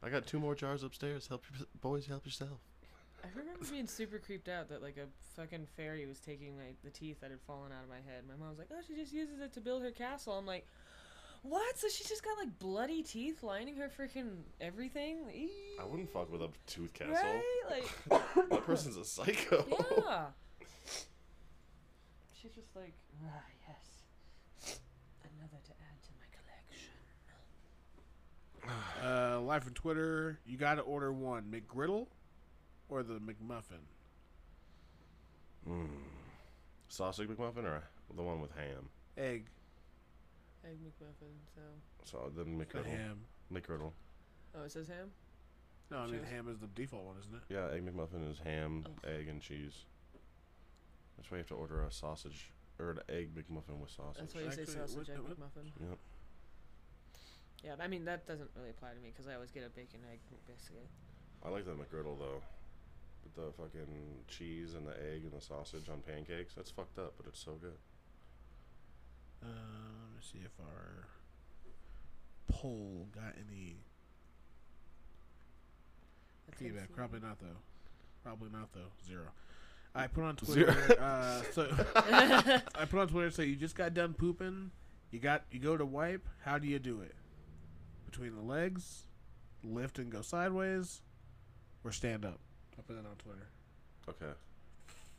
Speaker 2: I got two more jars upstairs. Help your boys. Help yourself.
Speaker 3: I remember being super creeped out that like a fucking fairy was taking my the teeth that had fallen out of my head. My mom was like, "Oh, she just uses it to build her castle." I'm like, "What?" So she's just got like bloody teeth lining her freaking everything. Eee,
Speaker 2: I wouldn't fuck with a tooth castle.
Speaker 3: right? Like,
Speaker 2: that person's a psycho.
Speaker 3: yeah. She's just like, ah, yes, another to add to my collection.
Speaker 1: Uh, live from Twitter. You got to order one McGriddle or the McMuffin.
Speaker 2: Sausage McMuffin or the one with ham?
Speaker 1: Egg,
Speaker 3: Egg McMuffin. So,
Speaker 2: So the
Speaker 1: the
Speaker 2: McGriddle.
Speaker 1: ham.
Speaker 2: McGriddle.
Speaker 3: oh, it says ham.
Speaker 1: No, I mean
Speaker 3: Cheese.
Speaker 1: ham is the default one, isn't it?
Speaker 2: Yeah, egg McMuffin is ham, egg, and cheese. That's why you have to order a sausage or an egg McMuffin with sausage.
Speaker 3: That's why you say
Speaker 1: Actually, it
Speaker 3: sausage
Speaker 1: would-
Speaker 3: egg
Speaker 1: it would-
Speaker 3: McMuffin.
Speaker 2: Yep.
Speaker 3: Yeah, I mean that doesn't really apply to me because I always get a bacon egg biscuit.
Speaker 2: I like the McGriddle though. With the fucking cheese and the egg and the sausage on pancakes. That's fucked up, but it's so good.
Speaker 1: Uh, let me see if our poll got any
Speaker 3: That's like
Speaker 1: feedback.
Speaker 3: food.
Speaker 1: Probably not though. Probably not though. Zero. I put on
Speaker 2: Zero.
Speaker 1: Twitter. Uh, so I put on Twitter. So you just got done pooping. You got you go to wipe. How do you do it? Between the legs, lift and go sideways, or stand up. I put that on Twitter.
Speaker 2: Okay.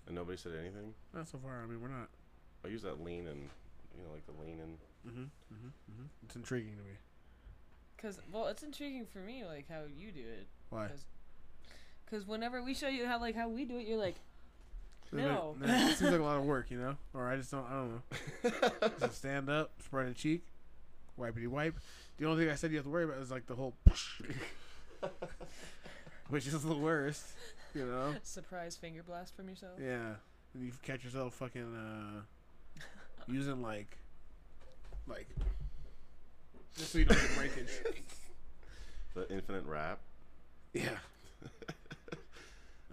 Speaker 2: And nobody said anything?
Speaker 1: Not so far. I mean, we're not.
Speaker 2: I use that lean and, you know, like the lean and.
Speaker 1: Mm-hmm. Mm-hmm. Mm-hmm. It's intriguing to me.
Speaker 3: Cause well, it's intriguing for me like how you do it.
Speaker 1: Why?
Speaker 3: Cause whenever we show you how like how we do it, you're like, No.
Speaker 1: It, it seems like a lot of work, you know. Or I just don't. I don't know. just stand up, spread a cheek, wipey wipe. The only thing I said you have to worry about is like the whole, which is the worst, you know.
Speaker 3: surprise finger blast from yourself.
Speaker 1: Yeah, and you catch yourself fucking uh, using like, like, just so you don't get breakage.
Speaker 2: The infinite wrap.
Speaker 1: Yeah.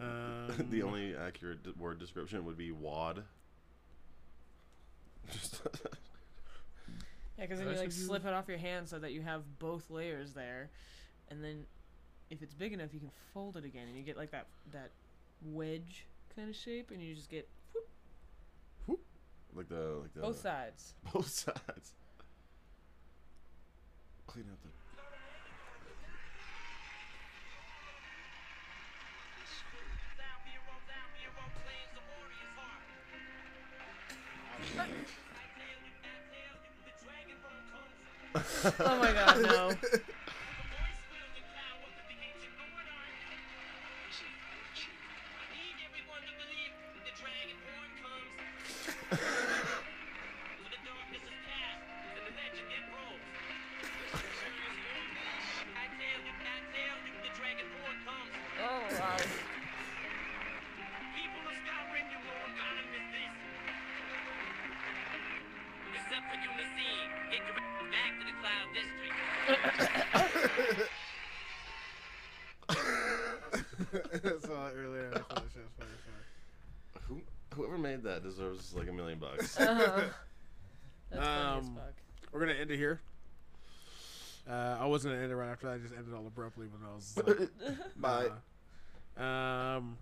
Speaker 1: Um,
Speaker 3: Mm-hmm.
Speaker 2: the only accurate d- word description would be wad. Just
Speaker 3: Yeah, cause then
Speaker 1: I
Speaker 3: you like
Speaker 1: should do-
Speaker 3: slip it off your hand so that you have both layers there, and then if it's big enough, you can fold it again, and you get like that that wedge kind of shape, and you just get whoop,
Speaker 2: like the like the
Speaker 3: both sides.
Speaker 2: both sides. Clean up the.
Speaker 3: oh my god, no! Oh wow!
Speaker 6: Back to the cloud district.
Speaker 1: I saw it earlier. and I thought that shit was funny as fuck.
Speaker 2: Who, whoever made that deserves like a million bucks.
Speaker 3: Uh-huh. That's funny as
Speaker 1: Um,
Speaker 3: fuck.
Speaker 1: We're gonna end it here. Uh, I was gonna end it right after that. I just ended all abruptly when I was like,
Speaker 2: Bye.
Speaker 1: nah. Um,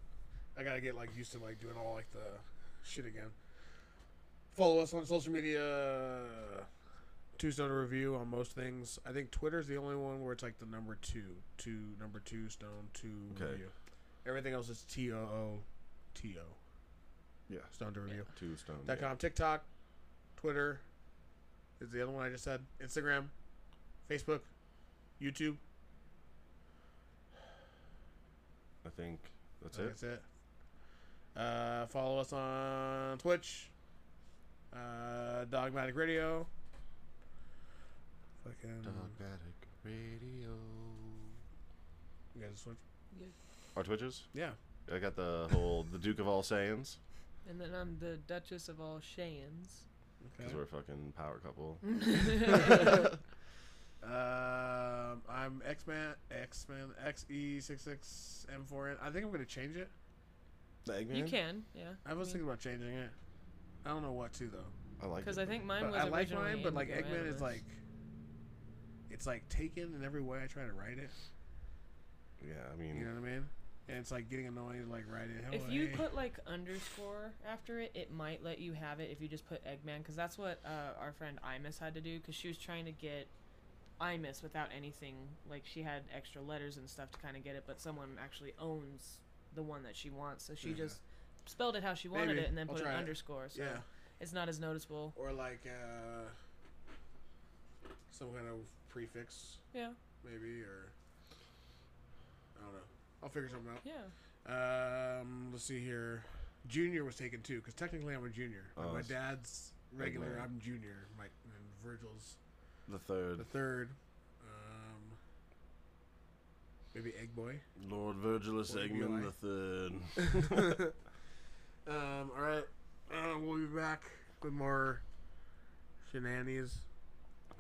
Speaker 1: I gotta get like used to like doing all like the shit again. Follow us on social media. Two Stone Review on most things. I think Twitter's the only one where it's like the number two, two number two Stone two
Speaker 2: Okay.
Speaker 1: Review. Everything else is T O O T O
Speaker 2: Yeah.
Speaker 1: Stone to Review.
Speaker 2: Two stone.
Speaker 1: dot
Speaker 2: yeah.
Speaker 1: com, TikTok, Twitter is the other one I just said. Instagram, Facebook, YouTube.
Speaker 2: I think that's
Speaker 1: I think
Speaker 2: it.
Speaker 1: That's it. Uh, follow us on Twitch, uh, Dogmatic Radio. Fucking.
Speaker 2: Dogmatic Radio.
Speaker 1: You guys switch?
Speaker 2: Our Twitches?
Speaker 1: Yeah.
Speaker 2: I got the whole the Duke of all sayings
Speaker 3: And then I'm the Duchess of all Shans.
Speaker 2: because we're a fucking power couple.
Speaker 3: Mm-hmm.
Speaker 1: Um, I'm X Man, X E Man, XE66M4N. I think I'm going to change it.
Speaker 2: The Eggman.
Speaker 3: You can, yeah.
Speaker 1: I was thinking about changing it. I don't know what to, though.
Speaker 2: I like
Speaker 3: Because
Speaker 2: it.
Speaker 3: I think mine
Speaker 1: But
Speaker 3: was
Speaker 1: I like
Speaker 3: originally
Speaker 1: mine, but like
Speaker 3: Indigo
Speaker 1: Eggman
Speaker 3: Animus.
Speaker 1: is like it's like taken in every way I try to write it.
Speaker 2: Yeah, I mean,
Speaker 1: You know what I mean? And it's like getting annoying to like write it.
Speaker 3: If you put like underscore after it, it might let you have it if you just put Eggman, because that's what uh, our friend Imus had to do, because she was trying to get Imus without anything. Like she had extra letters and stuff to kind of get it, but someone actually owns the one that she wants, so she
Speaker 1: Yeah.
Speaker 3: just spelled it how she wanted
Speaker 1: Mm-hmm. Maybe.
Speaker 3: it and then
Speaker 1: I'll
Speaker 3: put an
Speaker 1: try it.
Speaker 3: underscore, so
Speaker 1: yeah,
Speaker 3: it's not as noticeable.
Speaker 1: or like uh some kind of prefix
Speaker 3: Yeah,
Speaker 1: maybe, or I don't know. I'll figure something out.
Speaker 3: yeah.
Speaker 1: Um, let's see here. Junior was taken too, because technically I'm a junior. Like,
Speaker 2: Oh,
Speaker 1: my
Speaker 2: it's
Speaker 1: dad's regular.
Speaker 2: Eggman.
Speaker 1: I'm junior. My and Virgil's
Speaker 2: the third
Speaker 1: the third. Um, maybe Egg Boy.
Speaker 2: Lord Virgilus
Speaker 1: Or
Speaker 2: Eggman
Speaker 1: Eli.
Speaker 2: the third.
Speaker 1: um, all right, uh, we'll be back with more shenanigans,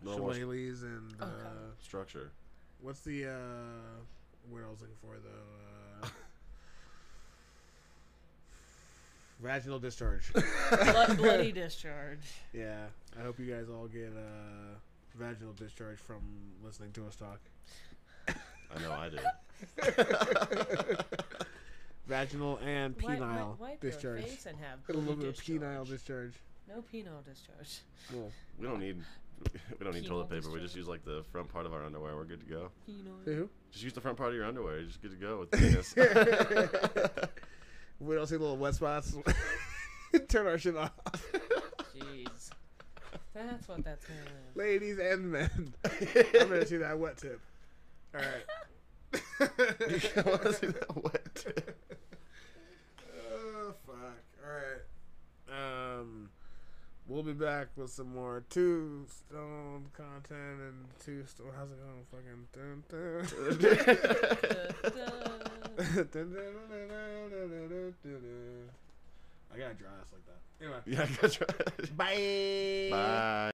Speaker 2: No more
Speaker 1: shillelaghs, and uh,
Speaker 3: Okay.
Speaker 2: structure.
Speaker 1: what's the uh, what I was looking for though? Uh, vaginal discharge.
Speaker 3: Blood, bloody discharge.
Speaker 1: yeah, I hope you guys all get uh, vaginal discharge from listening to us talk.
Speaker 2: I know I did.
Speaker 1: Vaginal and
Speaker 3: Wipe-
Speaker 1: penile
Speaker 3: wipe- wipe your
Speaker 1: discharge.
Speaker 3: face and have
Speaker 1: A little
Speaker 3: bloody
Speaker 1: bit of penile discharge.
Speaker 3: discharge. No penile discharge.
Speaker 2: We don't need we don't need
Speaker 3: Penile
Speaker 2: toilet paper. We just
Speaker 3: discharge.
Speaker 2: use like the front part of our underwear. We're good to go.
Speaker 3: Penile.
Speaker 1: Who?
Speaker 2: Just use the front part of your underwear. You're just good to go with the penis.
Speaker 1: We don't see little wet spots. Turn our shit off.
Speaker 3: Jeez. That's what that's gonna live.
Speaker 1: Ladies and men. I'm gonna see that wet tip. Alright.
Speaker 2: I wanna see that wet.
Speaker 1: Oh fuck. Alright. Um We'll be back with some more two stone content and two stone. How's it going? Fucking dun, dun.
Speaker 3: Da-da.
Speaker 1: I gotta draw this like that. Anyway.
Speaker 2: yeah, I got you.
Speaker 1: Bye.
Speaker 2: Bye.